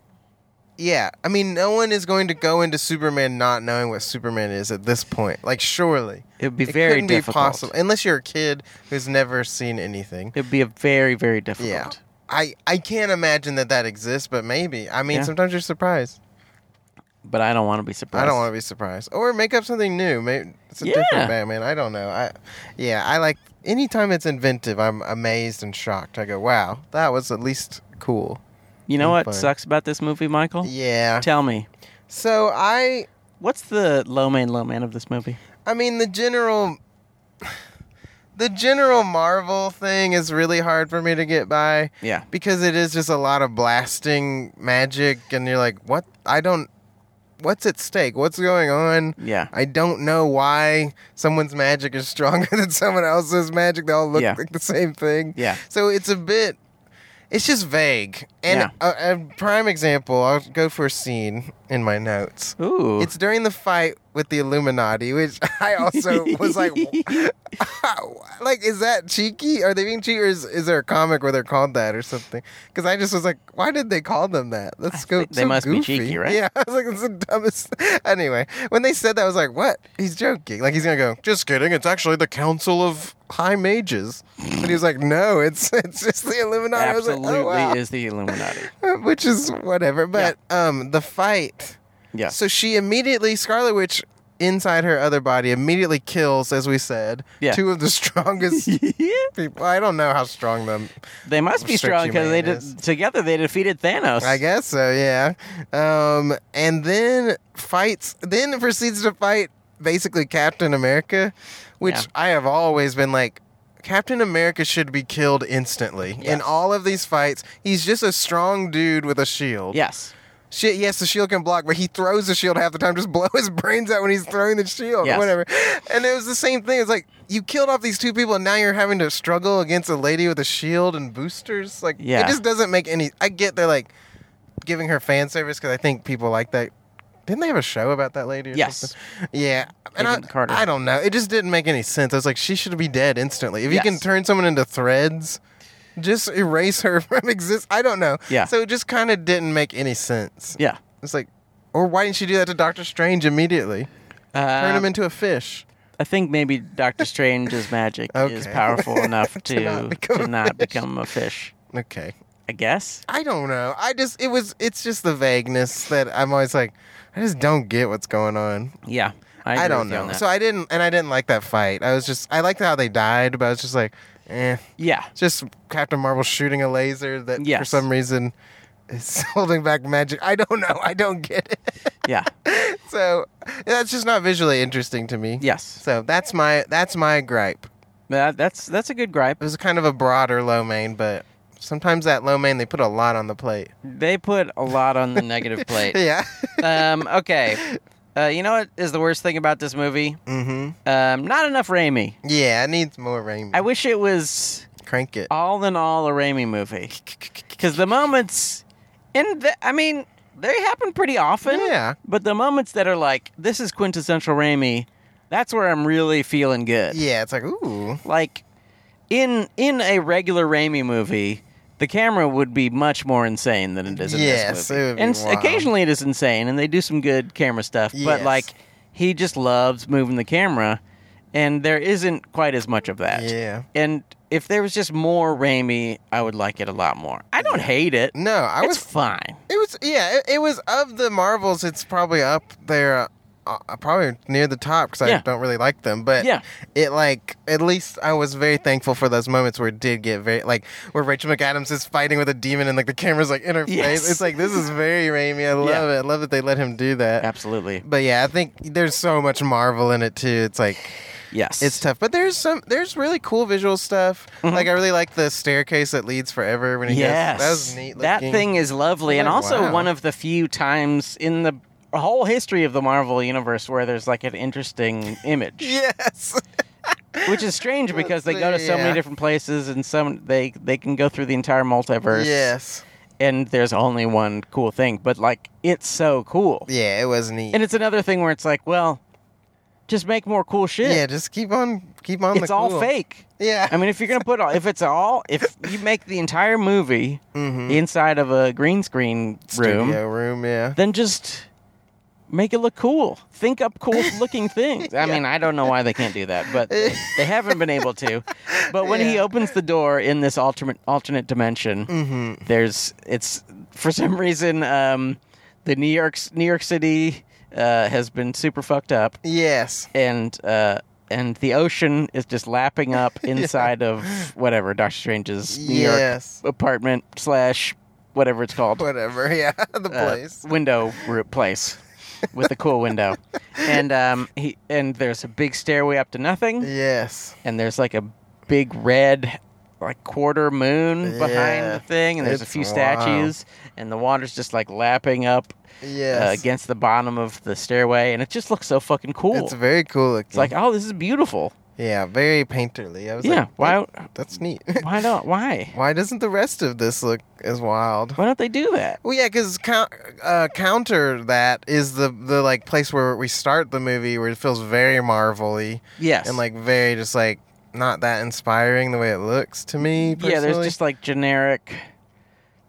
Speaker 2: Yeah, I mean, no one is going to go into Superman not knowing what Superman is at this point. Like, surely
Speaker 1: It would be very
Speaker 2: couldn't
Speaker 1: difficult.
Speaker 2: be possible unless you're a kid who's never seen anything.
Speaker 1: It'd be a very, very difficult.
Speaker 2: Yeah, I I can't imagine that that exists, but maybe. I mean,
Speaker 1: Yeah.
Speaker 2: sometimes you're surprised.
Speaker 1: But I don't want to be surprised.
Speaker 2: I don't want to be surprised. Or make up something new. Maybe it's a
Speaker 1: Yeah.
Speaker 2: different Batman. I don't know. I yeah, I like anytime it's inventive, I'm amazed and shocked. I go, Wow, that was at least cool.
Speaker 1: You know
Speaker 2: I'm
Speaker 1: what
Speaker 2: fine.
Speaker 1: sucks about this movie, Michael?
Speaker 2: Yeah.
Speaker 1: Tell me,
Speaker 2: So I
Speaker 1: what's the low man, low man of this movie?
Speaker 2: I mean the general the general Marvel thing is really hard for me to get by
Speaker 1: Yeah.
Speaker 2: because it is just a lot of blasting magic and you're like, What I don't what's at stake? What's going on?
Speaker 1: Yeah.
Speaker 2: I don't know why someone's magic is stronger than someone else's magic. They all look
Speaker 1: Yeah.
Speaker 2: like the same thing.
Speaker 1: Yeah.
Speaker 2: So it's a bit, it's just vague. And a, a prime example, I'll go for a scene in my notes.
Speaker 1: Ooh.
Speaker 2: It's during the fight with the Illuminati, which I also was like, like, is that cheeky? Are they being cheeky? Or is, is there a comic where they're called that or something? Because I just was like, why did they call them that? Let's go.
Speaker 1: think they
Speaker 2: so
Speaker 1: must be
Speaker 2: goofy.
Speaker 1: cheeky, right?
Speaker 2: Yeah. I was like, that's the dumbest. Anyway, when they said that, I was like, what? He's joking. Like, he's going to go, just kidding. It's actually the Council of High Mages. And he was like, no, it's it's just the Illuminati.
Speaker 1: absolutely
Speaker 2: I was like, oh, wow.
Speaker 1: is the Illuminati.
Speaker 2: Which is whatever. But um, the fight.
Speaker 1: Yeah.
Speaker 2: So she immediately, Scarlet Witch, inside her other body, immediately kills, as we said,
Speaker 1: Yeah.
Speaker 2: two of the strongest people. I don't know how strong them.
Speaker 1: they must be
Speaker 2: Restrict
Speaker 1: strong because they
Speaker 2: humanity.
Speaker 1: did, together they defeated Thanos.
Speaker 2: I guess so, yeah. Um, and then fights, then proceeds to fight basically Captain America, which
Speaker 1: Yeah.
Speaker 2: I have always been like. Captain America should be killed instantly. In
Speaker 1: Yes.
Speaker 2: all of these fights, he's just a strong dude with a shield.
Speaker 1: Yes.
Speaker 2: Shit, yes, the shield can block, but he throws the shield half the time, just blow his brains out when he's throwing the shield
Speaker 1: Yes.
Speaker 2: or whatever. And it was the same thing. It's like you killed off these two people and now you're having to struggle against a lady with a shield and boosters. Like
Speaker 1: Yeah.
Speaker 2: it just doesn't make any I get they're like giving her fan service because I think people like that. Didn't they have a show about that lady? Or
Speaker 1: Yes.
Speaker 2: Something? Yeah. And I,
Speaker 1: Agent Carter.
Speaker 2: I don't know. It just didn't make any sense. I was like, she should be dead instantly. If
Speaker 1: Yes.
Speaker 2: you can turn someone into threads, just erase her from exist. I don't know.
Speaker 1: Yeah.
Speaker 2: So it just kind of didn't make any sense.
Speaker 1: Yeah.
Speaker 2: It's like, or why didn't she do that to Doctor Strange immediately? Turn him
Speaker 1: Um,
Speaker 2: into a fish.
Speaker 1: I think maybe Doctor Strange's magic is
Speaker 2: Okay.
Speaker 1: powerful enough to to
Speaker 2: not
Speaker 1: not,
Speaker 2: become
Speaker 1: become,
Speaker 2: a fish.
Speaker 1: a fish.
Speaker 2: Okay.
Speaker 1: I guess.
Speaker 2: I don't know. I just it was it's just the vagueness that I'm always like, I just don't get what's going on.
Speaker 1: Yeah. I,
Speaker 2: I,
Speaker 1: agree
Speaker 2: don't
Speaker 1: with you on
Speaker 2: know.
Speaker 1: that.
Speaker 2: So I didn't and I didn't like that fight. I was just I liked how they died, but I was just like, eh.
Speaker 1: yeah.
Speaker 2: Just Captain Marvel shooting a laser that for
Speaker 1: Yes.
Speaker 2: some reason is holding back magic. I don't know. I don't get it.
Speaker 1: Yeah.
Speaker 2: so that's just not visually interesting to me.
Speaker 1: Yes.
Speaker 2: So that's my that's my gripe.
Speaker 1: That, that's that's a good gripe.
Speaker 2: It was kind of a broader lo mein, but sometimes that lo mein they put a lot on the plate.
Speaker 1: They put a lot on the negative plate.
Speaker 2: Yeah.
Speaker 1: Um, okay. Uh, you know what is the worst thing about this movie?
Speaker 2: mm-hmm.
Speaker 1: Um, not enough Raimi.
Speaker 2: Yeah, it needs more rain.
Speaker 1: I Uh, wish it was
Speaker 2: Crank it.
Speaker 1: all in all a Raimi movie. Because the moments, and the, I mean, they happen pretty often.
Speaker 2: Yeah.
Speaker 1: But the moments that are like, this is quintessential Raimi, that's where I'm really feeling good.
Speaker 2: Yeah, it's like ooh.
Speaker 1: Like, in in a regular Raimi movie, the camera would be much more insane than it is in
Speaker 2: Yes,
Speaker 1: this movie.
Speaker 2: it would be
Speaker 1: and s-
Speaker 2: wild.
Speaker 1: occasionally it is insane, and they do some good camera stuff. But
Speaker 2: Yes.
Speaker 1: like, he just loves moving the camera, and there isn't quite as much of that.
Speaker 2: Yeah.
Speaker 1: And if there was just more Raimi, I would like it a lot more. I don't hate it.
Speaker 2: No, I
Speaker 1: it's
Speaker 2: was.
Speaker 1: fine.
Speaker 2: It was. Yeah, it, it was of the Marvels. It's probably up there, uh, uh, probably near the top because I
Speaker 1: Yeah.
Speaker 2: don't really like them. But
Speaker 1: Yeah.
Speaker 2: it like at least I was very thankful for those moments where it did get very like where Rachel McAdams is fighting with a demon and like the camera's like in her
Speaker 1: Yes.
Speaker 2: face. It's like this is very Raimi. I love it. I love that they let him do that.
Speaker 1: Absolutely.
Speaker 2: But yeah, I think there's so much Marvel in it too. It's like
Speaker 1: Yes.
Speaker 2: it's tough, but there's some there's really cool visual stuff. Like I really like the staircase that leads forever when he
Speaker 1: Mm-hmm. Yes.
Speaker 2: goes. That was neat.
Speaker 1: That
Speaker 2: looking.
Speaker 1: thing is lovely. And
Speaker 2: Oh,
Speaker 1: also
Speaker 2: wow.
Speaker 1: one of the few times in the whole history of the Marvel universe where there's like an interesting image.
Speaker 2: Yes.
Speaker 1: Which is strange because they go to so
Speaker 2: Yeah.
Speaker 1: many different places and some they they can go through the entire multiverse.
Speaker 2: Yes.
Speaker 1: And there's only one cool thing. But like it's so cool.
Speaker 2: Yeah, it was neat.
Speaker 1: And it's another thing where it's like, well, just make more cool shit.
Speaker 2: Yeah, just keep on, keep on.
Speaker 1: it's
Speaker 2: the
Speaker 1: all
Speaker 2: cool.
Speaker 1: fake.
Speaker 2: Yeah,
Speaker 1: I mean, if you're gonna put all, if it's all, if you make the entire movie
Speaker 2: Mhm.
Speaker 1: inside of a green screen room,
Speaker 2: studio room. Yeah,
Speaker 1: then just make it look cool. Think up cool looking things. I mean, I don't know why they can't do that, but they they haven't been able to. But when he
Speaker 2: Yeah. Mm.
Speaker 1: opens the door in this alternate alternate dimension,
Speaker 2: Mm-hmm.
Speaker 1: there's it's for some reason um, the New York's New York City uh, has been super fucked up
Speaker 2: yes.
Speaker 1: and uh, and the ocean is just lapping up inside of whatever Doctor Strange's New
Speaker 2: Yes.
Speaker 1: York apartment slash whatever it's called
Speaker 2: Whatever. Yeah, the
Speaker 1: uh,
Speaker 2: place.
Speaker 1: window r- place with the cool window, and um he and there's a big stairway up to nothing,
Speaker 2: yes.
Speaker 1: and there's like a big red like quarter moon behind
Speaker 2: Yeah.
Speaker 1: the thing, and there's a
Speaker 2: It's
Speaker 1: few
Speaker 2: wild.
Speaker 1: statues, and the water's just like lapping up.
Speaker 2: Yes.
Speaker 1: Uh, against the bottom of the stairway, and it just looks so fucking cool.
Speaker 2: It's very cool looking.
Speaker 1: it's like, oh, this is beautiful.
Speaker 2: yeah, very painterly. I was
Speaker 1: Yeah,
Speaker 2: like,
Speaker 1: why?
Speaker 2: That's neat.
Speaker 1: Why not? Why?
Speaker 2: why doesn't the rest of this look as wild?
Speaker 1: Why don't they do that?
Speaker 2: Well, yeah, because uh, counter that is the the like place where we start the movie, where it feels very marvelly
Speaker 1: Yes.
Speaker 2: and like very just like not that inspiring the way it looks to me. Personally.
Speaker 1: yeah, there's just like generic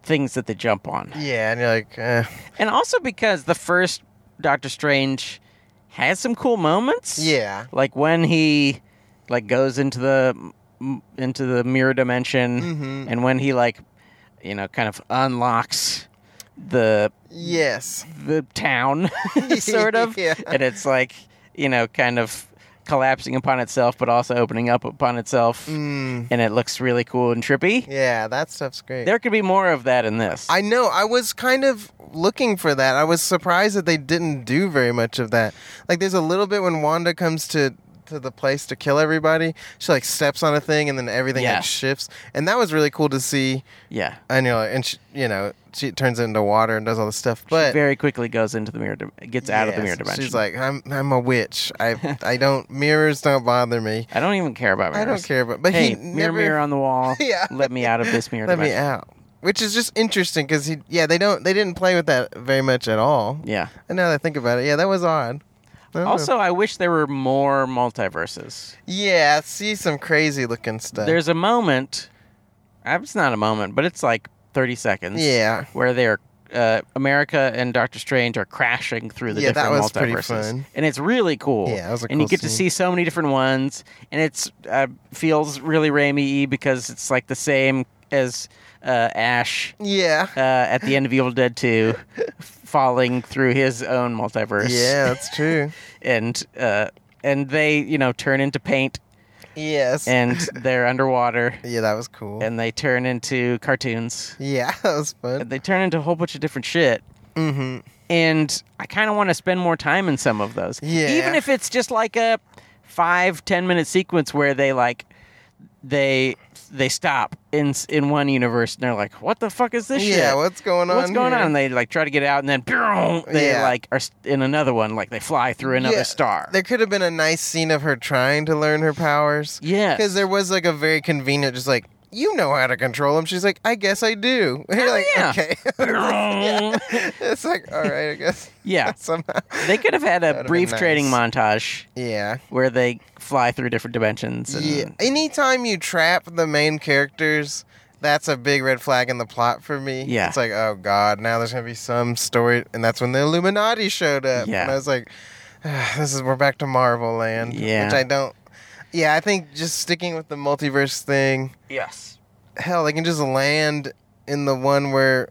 Speaker 1: things that they jump on,
Speaker 2: yeah, and you're like, eh.
Speaker 1: and also because the first Doctor Strange has some cool moments.
Speaker 2: yeah,
Speaker 1: Like when he like goes into the m- into the mirror dimension,
Speaker 2: Mhm.
Speaker 1: and when he like you know kind of unlocks the
Speaker 2: yes,
Speaker 1: the town, sort of.
Speaker 2: Yeah.
Speaker 1: And it's like, you know, kind of collapsing upon itself, but also opening up upon itself.
Speaker 2: mm,
Speaker 1: And it looks really cool and trippy.
Speaker 2: yeah, that stuff's great.
Speaker 1: There could be more of that in this.
Speaker 2: I know. I was kind of looking for that. I was surprised that they didn't do very much of that. Like, there's a little bit when Wanda comes to to the place to kill everybody. She like steps on a thing, and then everything
Speaker 1: Yeah.
Speaker 2: like shifts, and that was really cool to see.
Speaker 1: yeah.
Speaker 2: And you know, and she, you know, she turns into water and does all this stuff. But
Speaker 1: Very quickly goes into the mirror, dim- gets out of the
Speaker 2: Yes,
Speaker 1: mirror dimension.
Speaker 2: She's like, I'm I'm a witch. I I don't mirrors don't bother me.
Speaker 1: I don't even care about
Speaker 2: I
Speaker 1: mirrors.
Speaker 2: don't care about. But
Speaker 1: Hey,
Speaker 2: he
Speaker 1: mirror,
Speaker 2: never
Speaker 1: mirror on the wall.
Speaker 2: Yeah.
Speaker 1: Let me out of this mirror
Speaker 2: let me
Speaker 1: dimension.
Speaker 2: out. Which is just interesting because he, yeah, they don't, they didn't play with that very much at all.
Speaker 1: Yeah.
Speaker 2: And now that I think about it, yeah, that was odd. I don't know.
Speaker 1: Also, I wish there were more multiverses.
Speaker 2: yeah, I see some crazy looking stuff.
Speaker 1: There's a moment. uh, It's not a moment, but it's like 30 seconds.
Speaker 2: yeah,
Speaker 1: where they're uh, America and Doctor Strange are crashing through the
Speaker 2: Yeah, that
Speaker 1: different
Speaker 2: was pretty
Speaker 1: multiverses,
Speaker 2: fun.
Speaker 1: and it's really cool.
Speaker 2: Yeah, that was a
Speaker 1: and you
Speaker 2: cool
Speaker 1: get to see
Speaker 2: scene.
Speaker 1: so many different ones, and it's uh, feels really Raimi because it's like the same as uh, Ash
Speaker 2: yeah,
Speaker 1: uh, at the end of Evil Dead Two, falling through his own multiverse.
Speaker 2: yeah. That's true.
Speaker 1: and uh, and they you know turn into paint,
Speaker 2: yes.
Speaker 1: and they're underwater,
Speaker 2: yeah, that was cool.
Speaker 1: and they turn into cartoons,
Speaker 2: yeah, that was
Speaker 1: and
Speaker 2: fun.
Speaker 1: they turn into a whole bunch of different shit.
Speaker 2: Mm-hmm.
Speaker 1: and I kind of want to spend more time in some of those.
Speaker 2: Yeah.
Speaker 1: Even if it's just like a five ten minute sequence where they like they they stop in s- in one universe and they're like, what the fuck is this
Speaker 2: Yeah,
Speaker 1: shit?
Speaker 2: what's going on?
Speaker 1: What's going
Speaker 2: here?
Speaker 1: on? And they like try to get out, and then boom, they
Speaker 2: Yeah.
Speaker 1: like are s- in another one. Like they fly through another
Speaker 2: Yeah,
Speaker 1: star.
Speaker 2: There could have been a nice scene of her trying to learn her powers.
Speaker 1: Yeah,
Speaker 2: because there was like a very convenient, just like you know how to control them. She's like, I guess I do. And you're like,
Speaker 1: yeah.
Speaker 2: okay. it's like, all right, I guess.
Speaker 1: yeah.
Speaker 2: Somehow.
Speaker 1: They could have had a
Speaker 2: been
Speaker 1: brief
Speaker 2: nice.
Speaker 1: training montage
Speaker 2: Yeah.
Speaker 1: where they fly through different dimensions. And,
Speaker 2: Yeah. Anytime you trap the main characters, that's a big red flag in the plot for me.
Speaker 1: Yeah.
Speaker 2: It's like, oh God, now there's gonna be some story, and that's when the Illuminati showed up.
Speaker 1: Yeah.
Speaker 2: And I was like, ah, this is we're back to Marvel land.
Speaker 1: Yeah.
Speaker 2: Which I don't. Yeah, I think just sticking with the multiverse thing.
Speaker 1: Yes.
Speaker 2: Hell, they can just land in the one where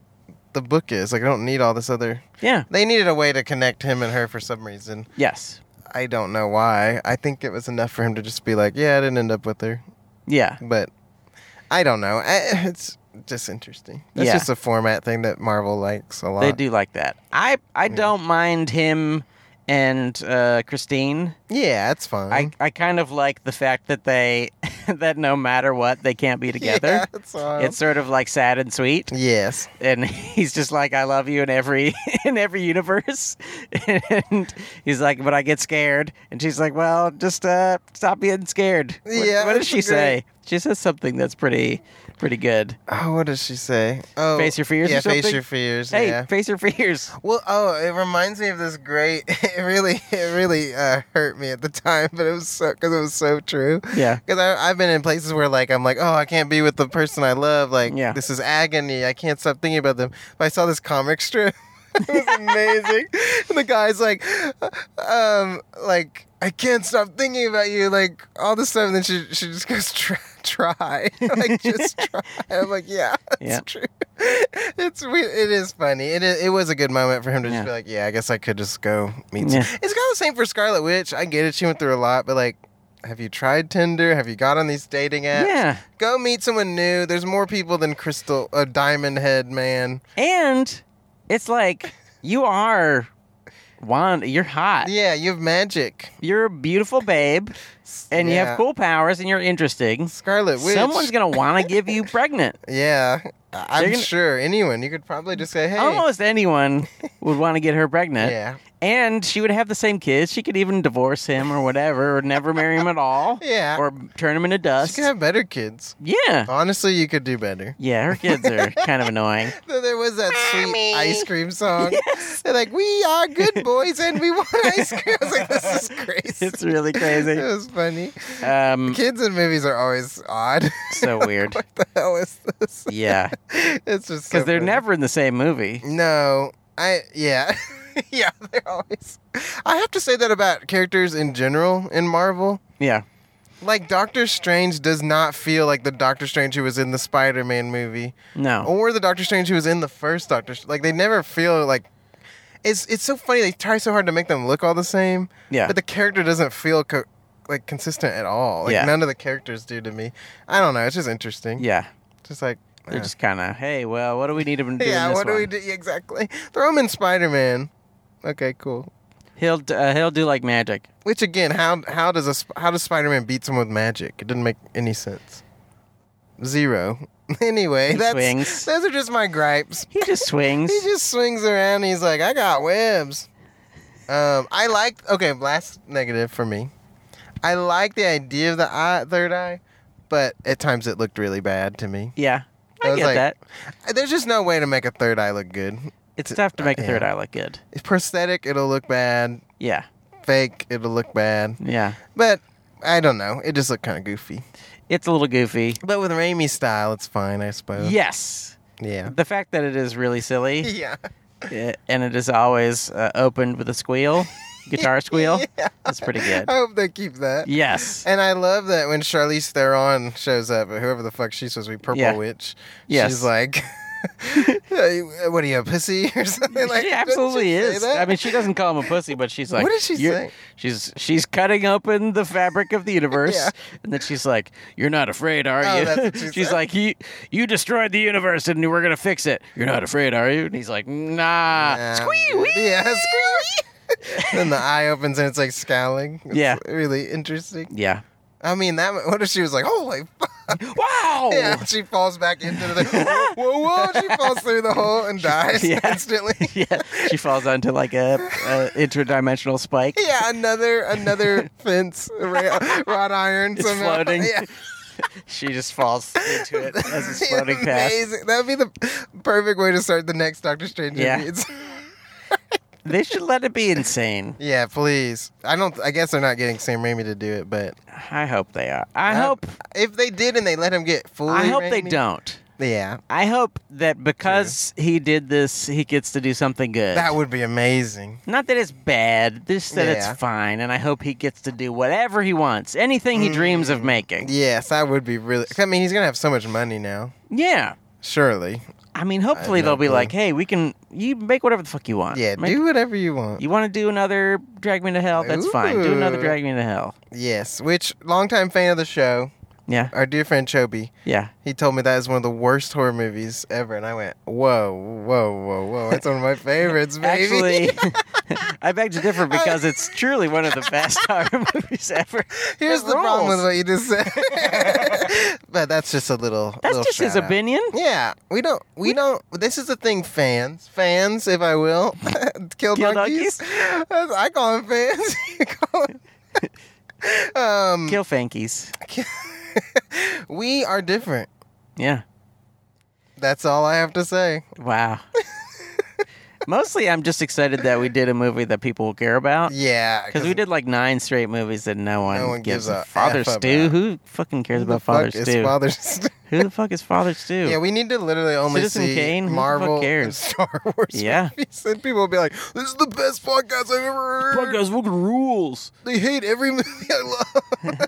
Speaker 2: the book is. Like, I don't need all this other.
Speaker 1: Yeah.
Speaker 2: They needed a way to connect him and her for some reason.
Speaker 1: Yes.
Speaker 2: I don't know why. I think it was enough for him to just be like, yeah, I didn't end up with her
Speaker 1: Yeah.
Speaker 2: but I don't know. I, it's just interesting. It's
Speaker 1: Yeah.
Speaker 2: just a format thing that Marvel likes a lot.
Speaker 1: They do like that. I I don't mind him and uh, Christine.
Speaker 2: Yeah, it's fine.
Speaker 1: I, I kind of like the fact that they that no matter what they can't be together.
Speaker 2: Yeah, it's fine.
Speaker 1: It's sort of like sad and sweet,
Speaker 2: yes.
Speaker 1: and he's just like, "I love you" in every in every universe, and he's like, "But I get scared," and she's like, "Well, just uh, stop being scared." What,
Speaker 2: Yeah,
Speaker 1: what did
Speaker 2: it's
Speaker 1: she
Speaker 2: a great-
Speaker 1: say? She says something that's pretty, pretty good.
Speaker 2: Oh, what does she say? Oh,
Speaker 1: Face your fears or
Speaker 2: Yeah, face
Speaker 1: something?
Speaker 2: your fears.
Speaker 1: Hey,
Speaker 2: yeah.
Speaker 1: face your fears.
Speaker 2: Well, oh, it reminds me of this great. It really, it really uh, hurt me at the time, but it was so because it was so true.
Speaker 1: Yeah.
Speaker 2: Because I've been in places where like I'm like, oh, I can't be with the person I love. Like,
Speaker 1: Yeah.
Speaker 2: this is agony. I can't stop thinking about them. But I saw this comic strip. it was amazing. and the guy's like, um, like I can't stop thinking about you. Like all this stuff. And then she she just goes try, try. like just try. I'm like, yeah, that's
Speaker 1: Yeah.
Speaker 2: true. It's we- it is funny. It is, it was a good moment for him to just
Speaker 1: Yeah.
Speaker 2: be like, yeah, I guess I could just go meet.
Speaker 1: Yeah.
Speaker 2: Some. It's kind of the same for Scarlet Witch. I get it. She went through a lot, but like, have you tried Tinder? Have you got on these dating apps?
Speaker 1: Yeah.
Speaker 2: Go meet someone new. There's more people than Crystal, a Diamond Head man.
Speaker 1: And it's like you are Wanda. You're hot.
Speaker 2: Yeah, you have magic,
Speaker 1: You're a beautiful babe, and you
Speaker 2: Yeah.
Speaker 1: have cool powers, and you're interesting.
Speaker 2: Scarlet Witch.
Speaker 1: Someone's gonna want to give you pregnant.
Speaker 2: Yeah, I- I'm
Speaker 1: They're gonna- Oh,
Speaker 2: sure anyone. You could probably just say, hey.
Speaker 1: Almost anyone would want to get her pregnant.
Speaker 2: Yeah.
Speaker 1: And she would have the same kids. She could even divorce him or whatever, or never marry him at all.
Speaker 2: Yeah.
Speaker 1: Or turn him into
Speaker 2: You
Speaker 1: dust.
Speaker 2: could have better kids.
Speaker 1: Yeah.
Speaker 2: Honestly, you could do better.
Speaker 1: Yeah, her kids are kind of annoying.
Speaker 2: So there was that sweet
Speaker 3: Mommy.
Speaker 2: ice cream song. They're like, "We are good boys and we want ice cream." I was like, "This is crazy."
Speaker 1: It's really
Speaker 2: it
Speaker 1: crazy.
Speaker 2: was funny.
Speaker 1: Um,
Speaker 2: Kids in movies are always odd.
Speaker 1: so weird.
Speaker 2: what the hell is this?
Speaker 1: Yeah,
Speaker 2: It's just so
Speaker 1: because they're
Speaker 2: funny.
Speaker 1: never in the same movie.
Speaker 2: No, I yeah, yeah. They're always. I have to say that about characters in general in Marvel.
Speaker 1: Yeah,
Speaker 2: Like Doctor Strange does not feel like the Doctor Strange who was in the Spider-Man movie.
Speaker 1: no.
Speaker 2: or the Doctor Strange who was in the first Doctor. Str- Like they never feel like it's it's so funny. They try so hard to make them look all the same.
Speaker 1: Yeah.
Speaker 2: but the character doesn't feel co- like consistent at all. Like
Speaker 1: Yeah.
Speaker 2: none of the characters do to me. I don't know. It's just interesting.
Speaker 1: Yeah,
Speaker 2: just like
Speaker 1: they're
Speaker 2: eh.
Speaker 1: just kind of. Hey, well, what do we need him to do?
Speaker 2: yeah.
Speaker 1: in this
Speaker 2: What do we
Speaker 1: one?"
Speaker 2: do yeah, exactly? Throw him in Spider Man. Okay, cool.
Speaker 1: He'll d- uh, he'll do like magic.
Speaker 2: Which again, how how does a sp- how does Spider Man beat someone with magic? It didn't make any sense. Zero. Anyway,
Speaker 1: He
Speaker 2: that's
Speaker 1: swings.
Speaker 2: those are just my gripes.
Speaker 1: He just swings.
Speaker 2: He just swings around. And he's like, I got webs. Um, I like. Okay, last negative for me. I like the idea of the eye, third eye, but at times it looked really bad to me.
Speaker 1: yeah,
Speaker 2: I
Speaker 1: I
Speaker 2: was
Speaker 1: get
Speaker 2: like-
Speaker 1: that.
Speaker 2: There's just no way to make a third eye look good.
Speaker 1: It's tough to make a
Speaker 2: yeah.
Speaker 1: third eye look good.
Speaker 2: It's prosthetic, it'll look bad.
Speaker 1: Yeah,
Speaker 2: Fake, it'll look bad.
Speaker 1: yeah.
Speaker 2: But I don't know. It just looked kind of goofy.
Speaker 1: It's a little goofy.
Speaker 2: But with Raimi's style, it's fine, I suppose.
Speaker 1: Yes,
Speaker 2: Yeah.
Speaker 1: the fact that it is really silly
Speaker 2: Yeah.
Speaker 1: uh, and it is always uh, opened with a squeal, guitar squeal.
Speaker 2: Yeah.
Speaker 1: That's pretty good.
Speaker 2: I hope they keep that.
Speaker 1: Yes.
Speaker 2: And I love that when Charlize Theron shows up, or whoever the fuck she's supposed to be, Purple
Speaker 1: Yeah.
Speaker 2: Witch,
Speaker 1: Yes.
Speaker 2: she's like, "Hey, "What are you, a pussy or something?" Like,
Speaker 1: she
Speaker 2: doesn't
Speaker 1: absolutely
Speaker 2: she say
Speaker 1: is.
Speaker 2: that?
Speaker 1: I mean, she doesn't call him a pussy, but she's like,
Speaker 2: What did she
Speaker 1: "You're-"
Speaker 2: say?
Speaker 1: She's she's cutting open the fabric of the universe,
Speaker 2: Yeah.
Speaker 1: and then she's like, "You're not afraid, are
Speaker 2: Oh,
Speaker 1: you?"
Speaker 2: that's what she
Speaker 1: she's
Speaker 2: said.
Speaker 1: like, "You you destroyed the universe, and we're gonna fix it. You're not afraid, are you?" And he's like, "Nah,
Speaker 2: Um,
Speaker 1: squee
Speaker 2: yeah, squee. then the eye opens and it's like scowling. It's
Speaker 1: Yeah.
Speaker 2: really interesting.
Speaker 1: yeah,
Speaker 2: I mean, that. What if she was like, "Holy fuck!"
Speaker 1: wow,
Speaker 2: Yeah, and she falls back into the whoa, whoa, whoa. She falls through the hole and dies
Speaker 1: yeah.
Speaker 2: instantly.
Speaker 1: Yeah, She falls onto like a, a interdimensional spike.
Speaker 2: Yeah, another anewther fence, ra- wrought iron.
Speaker 1: It's
Speaker 2: somehow.
Speaker 1: floating.
Speaker 2: Yeah.
Speaker 1: She just falls into it as it's
Speaker 2: Yeah,
Speaker 1: floating past.
Speaker 2: amazing. That'd be the perfect way to start the next Doctor Strange
Speaker 1: Yeah.
Speaker 2: movie. It's-
Speaker 1: They should let it be insane.
Speaker 2: yeah, please. I don't. I guess they're not getting Sam Raimi to do it, but
Speaker 1: I hope they are. I
Speaker 2: Uh,
Speaker 1: hope
Speaker 2: if they did and they let him get fully,
Speaker 1: I hope they
Speaker 2: Raimi-
Speaker 1: don't.
Speaker 2: Yeah,
Speaker 1: I hope that because he did this, he gets to do something good.
Speaker 2: that would be amazing.
Speaker 1: Not that it's bad, just that
Speaker 2: Yeah.
Speaker 1: it's fine, and I hope he gets to do whatever he wants, anything he dreams
Speaker 2: Mm.
Speaker 1: of making.
Speaker 2: Yes, that would be really. I mean, he's gonna have so much money now.
Speaker 1: Yeah.
Speaker 2: Surely.
Speaker 1: I mean, hopefully
Speaker 2: no
Speaker 1: they'll be
Speaker 2: clue.
Speaker 1: like, "Hey, we can you make whatever the fuck you want.
Speaker 2: Yeah,
Speaker 1: Make-
Speaker 2: do whatever you want.
Speaker 1: You want to do another Drag Me to Hell? That's fine. Do another
Speaker 2: Ooh.
Speaker 1: Drag Me to Hell.
Speaker 2: Yes, which longtime fan of the show,
Speaker 1: Yeah,
Speaker 2: our dear friend Chobi,
Speaker 1: yeah.
Speaker 2: he told me that is one of the worst horror movies ever, and I went, whoa, whoa, whoa, whoa. That's one of my favorites, baby.
Speaker 1: Actually, I beg to differ because it's truly one of the best horror movies ever.
Speaker 2: Here's
Speaker 1: It
Speaker 2: the problem with
Speaker 1: rules.
Speaker 2: what you just said. but that's just a little.
Speaker 1: That's
Speaker 2: little
Speaker 1: just his
Speaker 2: shout out.
Speaker 1: opinion.
Speaker 2: Yeah, we don't. We don't. This is the thing, fans. Fans, if I will, kill,
Speaker 1: Kill
Speaker 2: donkeys. That's- I call them fans. You call 'em- um,
Speaker 1: Kill Fankies.
Speaker 2: we are different.
Speaker 1: Yeah.
Speaker 2: That's all I have to say.
Speaker 1: Wow. Mostly, I'm just excited that we did a movie that people will care about.
Speaker 2: Yeah,
Speaker 1: Because we did like nine straight movies that no one,
Speaker 2: No one gives a
Speaker 1: Father
Speaker 2: F
Speaker 1: Stew?
Speaker 2: about.
Speaker 1: Who fucking cares about Father
Speaker 2: fuck is
Speaker 1: Stew?
Speaker 2: Father Stew?
Speaker 1: Who the fuck is Father Stew?
Speaker 2: Yeah, we need to literally only
Speaker 1: Citizen
Speaker 2: see
Speaker 1: Kane? Who the fuck
Speaker 2: Marvel and
Speaker 1: cares?
Speaker 2: Star Wars.
Speaker 1: Yeah.
Speaker 2: movies, and people will be like, "This is the best podcast I've ever heard."
Speaker 1: fucking rules.
Speaker 2: They hate every movie I love.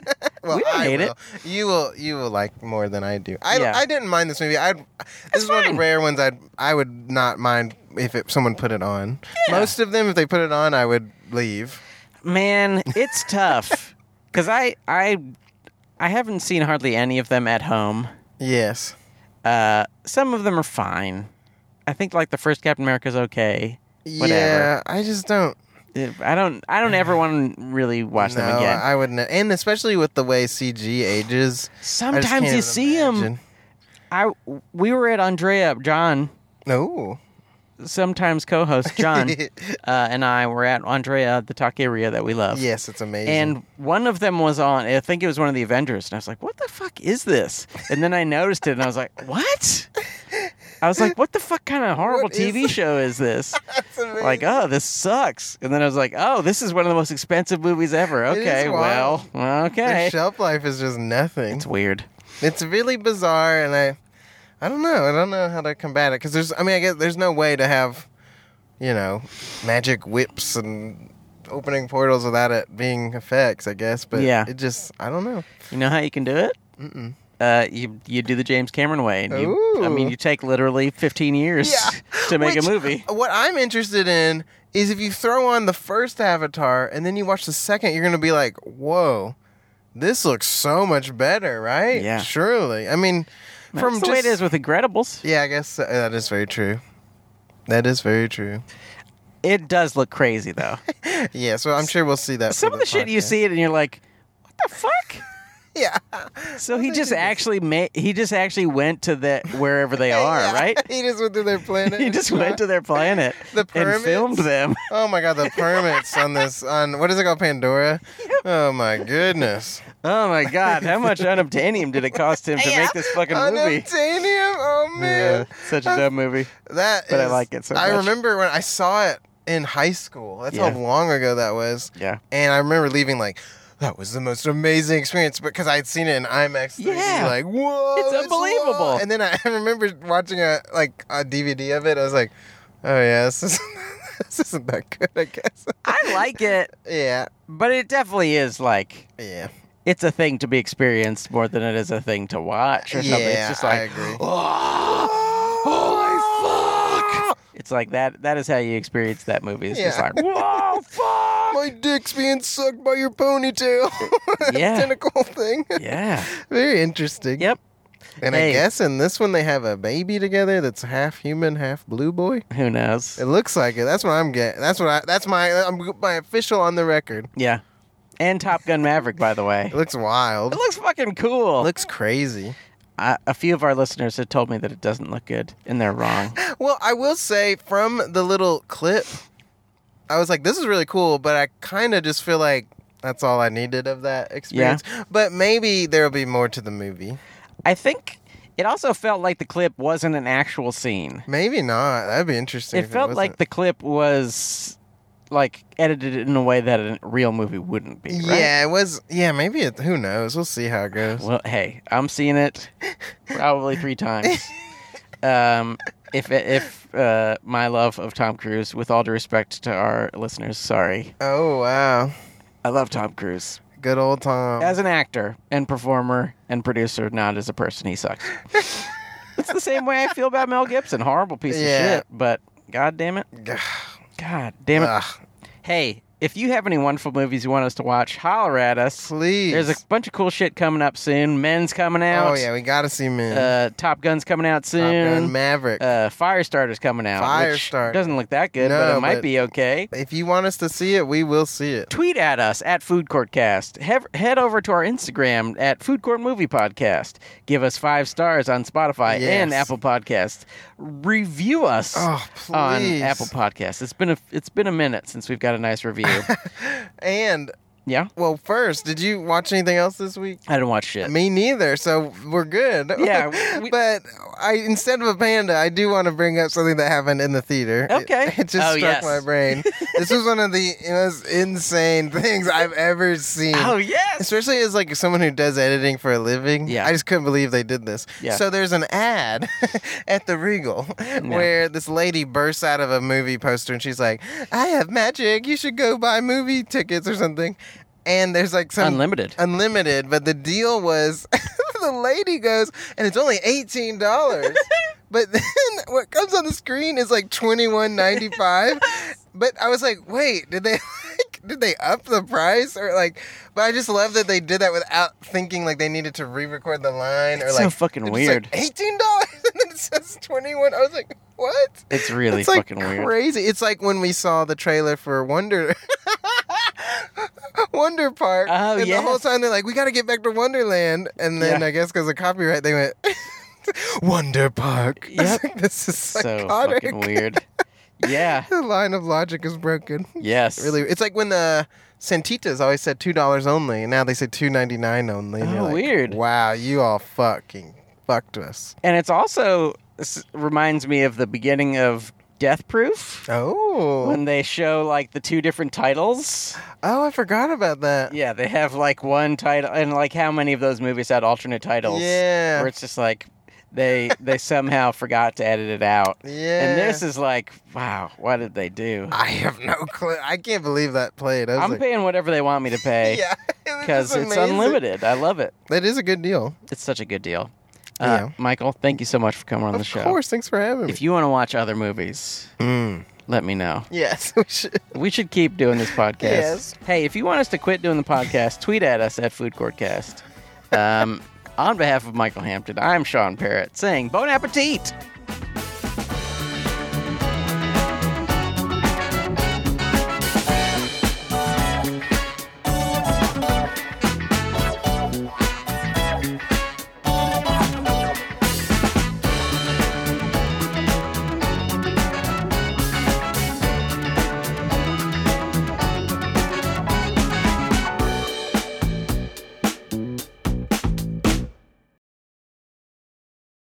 Speaker 2: well,
Speaker 1: We don't
Speaker 2: I
Speaker 1: hate
Speaker 2: will.
Speaker 1: it.
Speaker 2: You will. You will like more than I do. I,
Speaker 1: Yeah.
Speaker 2: I didn't mind this movie. I this is one of the
Speaker 1: fine.
Speaker 2: rare ones I would I would not mind if it, someone put it on. Most of them, if they put it on, I would leave.
Speaker 1: Man, it's tough. Because I, I, I haven't seen hardly any of them at home.
Speaker 2: Yes.
Speaker 1: Uh, some of them are fine. I think like the first Captain America's okay. Whatever.
Speaker 2: Yeah. I just don't.
Speaker 1: I don't. I don't ever want to really watch
Speaker 2: no,
Speaker 1: them again.
Speaker 2: I wouldn't. And especially with the way CG ages. I just
Speaker 1: Sometimes
Speaker 2: can't
Speaker 1: you see them.
Speaker 2: imagine.
Speaker 1: I we were at Andrea John,
Speaker 2: No.
Speaker 1: sometimes co-host John, uh, and I were at Andrea the taqueria that we love.
Speaker 2: yes, it's amazing.
Speaker 1: And one of them was on. I think it was one of the Avengers, and I was like, "What the fuck is this?" And then I noticed it, and I was like, "What?" I was like, "What the fuck kind of horrible
Speaker 2: What is
Speaker 1: TV
Speaker 2: this?"
Speaker 1: show is this?"
Speaker 2: That's amazing.
Speaker 1: like, oh, this sucks. And then I was like, oh, this is one of the most expensive movies ever.
Speaker 2: It is
Speaker 1: Okay, well,
Speaker 2: wild. Their
Speaker 1: okay.
Speaker 2: shelf life is just nothing.
Speaker 1: It's weird.
Speaker 2: It's really bizarre, and I, I don't know. I don't know how to combat it because there's. I mean, I guess there's no way to have, you know, magic whips and opening portals without it being effects. I guess, but
Speaker 1: Yeah.
Speaker 2: it just. I don't know.
Speaker 1: You know how you can do it?
Speaker 2: Mm-mm.
Speaker 1: Uh, you you do the James Cameron way. And you, I
Speaker 2: Ooh.
Speaker 1: mean, you take literally 15 years
Speaker 2: Yeah.
Speaker 1: to make
Speaker 2: Which-
Speaker 1: a movie.
Speaker 2: What I'm interested in is if you throw on the first Avatar and then you watch the second, you're gonna be like, whoa. This looks so much better, right?
Speaker 1: Yeah.
Speaker 2: Surely. I mean, uh, from
Speaker 1: That's the way it
Speaker 2: just-
Speaker 1: is with Incredibles.
Speaker 2: Yeah, I guess uh, that is very true. That is very true.
Speaker 1: It does look crazy though.
Speaker 2: Yeah, so I'm sure we'll see that. for
Speaker 1: Some of the shit you
Speaker 2: podcast.
Speaker 1: see it and you're like, what the fuck?
Speaker 2: Yeah.
Speaker 1: So
Speaker 2: Well,
Speaker 1: he
Speaker 2: they
Speaker 1: just
Speaker 2: did this.
Speaker 1: actually made he just actually went to the wherever they are,
Speaker 2: Yeah.
Speaker 1: right?
Speaker 2: He just went to their planet.
Speaker 1: He just went to their planet
Speaker 2: The
Speaker 1: and
Speaker 2: pyramids?
Speaker 1: filmed them.
Speaker 2: Oh my god, the permits on this on what is it called Pandora? Oh my goodness.
Speaker 1: Oh my god, how much unobtainium did it cost him to make this fucking movie?
Speaker 2: Unobtainium? Oh
Speaker 1: Yeah,
Speaker 2: man.
Speaker 1: such a dumb movie.
Speaker 2: That
Speaker 1: But I
Speaker 2: is-
Speaker 1: like it so
Speaker 2: I
Speaker 1: much.
Speaker 2: remember when I saw it in high school. That's
Speaker 1: Yeah.
Speaker 2: how long ago that was.
Speaker 1: Yeah.
Speaker 2: And I remember leaving like that was the most amazing experience because I had seen it in IMAX. 3D,
Speaker 1: Yeah.
Speaker 2: like whoa,
Speaker 1: It's
Speaker 2: this- whoa."
Speaker 1: unbelievable.
Speaker 2: And then I, I remember watching a like a DVD of it. I was like, oh yeah, this isn't, this isn't that good. I guess.
Speaker 1: I like it,
Speaker 2: yeah,
Speaker 1: but it definitely is like
Speaker 2: yeah,
Speaker 1: it's a thing to be experienced more than it is a thing to watch or something. It's
Speaker 2: yeah.
Speaker 1: just
Speaker 2: I
Speaker 1: like
Speaker 2: agree.
Speaker 1: holy Oh, fuck. It's like that that is how you experience that movie. It's just
Speaker 2: Yeah.
Speaker 1: like whoa fuck.
Speaker 2: My dick's being sucked by your ponytail.
Speaker 1: Yeah.
Speaker 2: tentacle thing.
Speaker 1: yeah.
Speaker 2: Very interesting.
Speaker 1: Yep.
Speaker 2: And I
Speaker 1: Hey.
Speaker 2: guess in this one they have a baby together that's half human, half blue boy.
Speaker 1: Who knows?
Speaker 2: It looks like it. That's what I'm getting. That's what I. That's my. I'm my official on the record.
Speaker 1: Yeah. And Top Gun Maverick by the way.
Speaker 2: It looks wild.
Speaker 1: It
Speaker 2: It
Speaker 1: looks fucking cool.
Speaker 2: looks crazy.
Speaker 1: I, a few of our listeners have told me that it doesn't look good, and they're wrong.
Speaker 2: Well, I will say from the little clip, I was like, "This is really cool," but I kind of just feel like that's all I needed of that experience. But maybe there will be more to the movie.
Speaker 1: I think it also felt like the clip wasn't an actual scene.
Speaker 2: Maybe not. That'd be interesting.
Speaker 1: It
Speaker 2: if
Speaker 1: felt like
Speaker 2: wasn't.
Speaker 1: the clip was like edited in a way that a real movie wouldn't be. Right?
Speaker 2: Yeah, it was. Yeah, maybe it. Who knows? We'll see how it goes.
Speaker 1: Well, hey, I'm seeing it probably three times. Um, if if uh, my love of Tom Cruise, with all due respect to our listeners, sorry,
Speaker 2: Oh wow,
Speaker 1: I love Tom Cruise
Speaker 2: good old Tom.
Speaker 1: as an actor and performer and producer, not as a person. He sucks. it's the same way I feel about Mel Gibson. Horrible piece
Speaker 2: Yeah.
Speaker 1: of shit. But god damn it,
Speaker 2: Ugh.
Speaker 1: god damn it. Hey, if you have any wonderful movies you want us to watch, holler at us.
Speaker 2: please.
Speaker 1: There's a bunch of cool shit coming up soon. Men's coming out.
Speaker 2: Oh yeah, we gotta see men.
Speaker 1: Uh, Top Gun's coming out
Speaker 2: Top Gun
Speaker 1: soon.
Speaker 2: Maverick.
Speaker 1: Uh, Firestarter's coming out. which
Speaker 2: Firestarter.
Speaker 1: doesn't look that good,
Speaker 2: No,
Speaker 1: but it
Speaker 2: but-
Speaker 1: might be okay.
Speaker 2: if you want us to see it, we will see it.
Speaker 1: Tweet at us at Food Court Cast. Hev- head over to our Instagram at Food Court Movie Podcast. Give us five stars on Spotify
Speaker 2: Yes.
Speaker 1: and Apple Podcasts. Review us
Speaker 2: Oh please.
Speaker 1: on Apple Podcasts. It's been a it's been a minute since we've got a nice review.
Speaker 2: And
Speaker 1: Yeah,
Speaker 2: Well, first, did you watch anything else this week?
Speaker 1: I didn't watch shit.
Speaker 2: Me neither, so we're good.
Speaker 1: Uh, Yeah, we-
Speaker 2: but I instead of a panda, I do want to bring up something that happened in the theater.
Speaker 1: Okay.
Speaker 2: It, it just
Speaker 1: Oh,
Speaker 2: struck
Speaker 1: yes.
Speaker 2: my brain. this was one of the most insane things I've ever seen.
Speaker 1: oh yes.
Speaker 2: Especially as like someone who does editing for a living,
Speaker 1: Yeah.
Speaker 2: I just couldn't believe they did this.
Speaker 1: Yeah.
Speaker 2: So there's an ad at the Regal where this lady bursts out of a movie poster and she's like, "I have magic. You should go buy movie tickets or something." And there's like some
Speaker 1: Unlimited.
Speaker 2: unlimited, but the deal was the lady goes, and it's only eighteen dollars. but then what comes on the screen is like twenty one ninety five. But I was like, wait, did they like, did they up the price or like? But I just love that they did that without thinking like they needed to re-record the line or
Speaker 1: It's so
Speaker 2: like
Speaker 1: fucking
Speaker 2: it's
Speaker 1: weird.
Speaker 2: Like eighteen dollars, and then it says twenty one. I was like, what?
Speaker 1: It's really
Speaker 2: It's like
Speaker 1: fucking weird.
Speaker 2: crazy. It's like when we saw the trailer for Wonder Wonder Park.
Speaker 1: Oh,
Speaker 2: and the whole
Speaker 1: yes.
Speaker 2: time they're like, we got to get back to Wonderland. And then
Speaker 1: Yeah.
Speaker 2: I guess because of copyright, they went Wonder Park. I was
Speaker 1: Yep.
Speaker 2: like, this is
Speaker 1: So
Speaker 2: psychotic.
Speaker 1: fucking weird. Yeah.
Speaker 2: the line of logic is broken.
Speaker 1: Yes.
Speaker 2: Really, it's like when the Santitas always said two dollars only, and now they say two ninety nine only. and
Speaker 1: Oh,
Speaker 2: you're like,
Speaker 1: weird.
Speaker 2: Wow, you all fucking fucked us.
Speaker 1: And it's also this reminds me of the beginning of Death Proof
Speaker 2: Oh,
Speaker 1: when they show like the two different titles.
Speaker 2: oh, I forgot about that.
Speaker 1: Yeah, they have like one title, and like how many of those movies had alternate titles?
Speaker 2: Yeah.
Speaker 1: where it's just like they they somehow forgot to edit it out.
Speaker 2: Yeah.
Speaker 1: And this is like, wow, what did they do?
Speaker 2: I have no clue. I can't believe that played. I was
Speaker 1: I'm
Speaker 2: like,
Speaker 1: paying whatever they want me to pay
Speaker 2: yeah, it was
Speaker 1: because
Speaker 2: just
Speaker 1: it's
Speaker 2: amazing.
Speaker 1: unlimited. I love it.
Speaker 2: That is a good deal.
Speaker 1: It's such a good deal. Uh,
Speaker 2: Yeah.
Speaker 1: Michael, thank you so much for coming on the
Speaker 2: Of
Speaker 1: show.
Speaker 2: course, thanks for having me.
Speaker 1: If you want to watch other movies,
Speaker 2: Mm.
Speaker 1: let me know.
Speaker 2: Yes, we should.
Speaker 1: We should keep doing this podcast.
Speaker 2: Yes.
Speaker 1: Hey, if you want us to quit doing the podcast, tweet at us at Food Courtcast. Um, on behalf of Michael Hampton, I'm Sean Parrott saying bon appetit.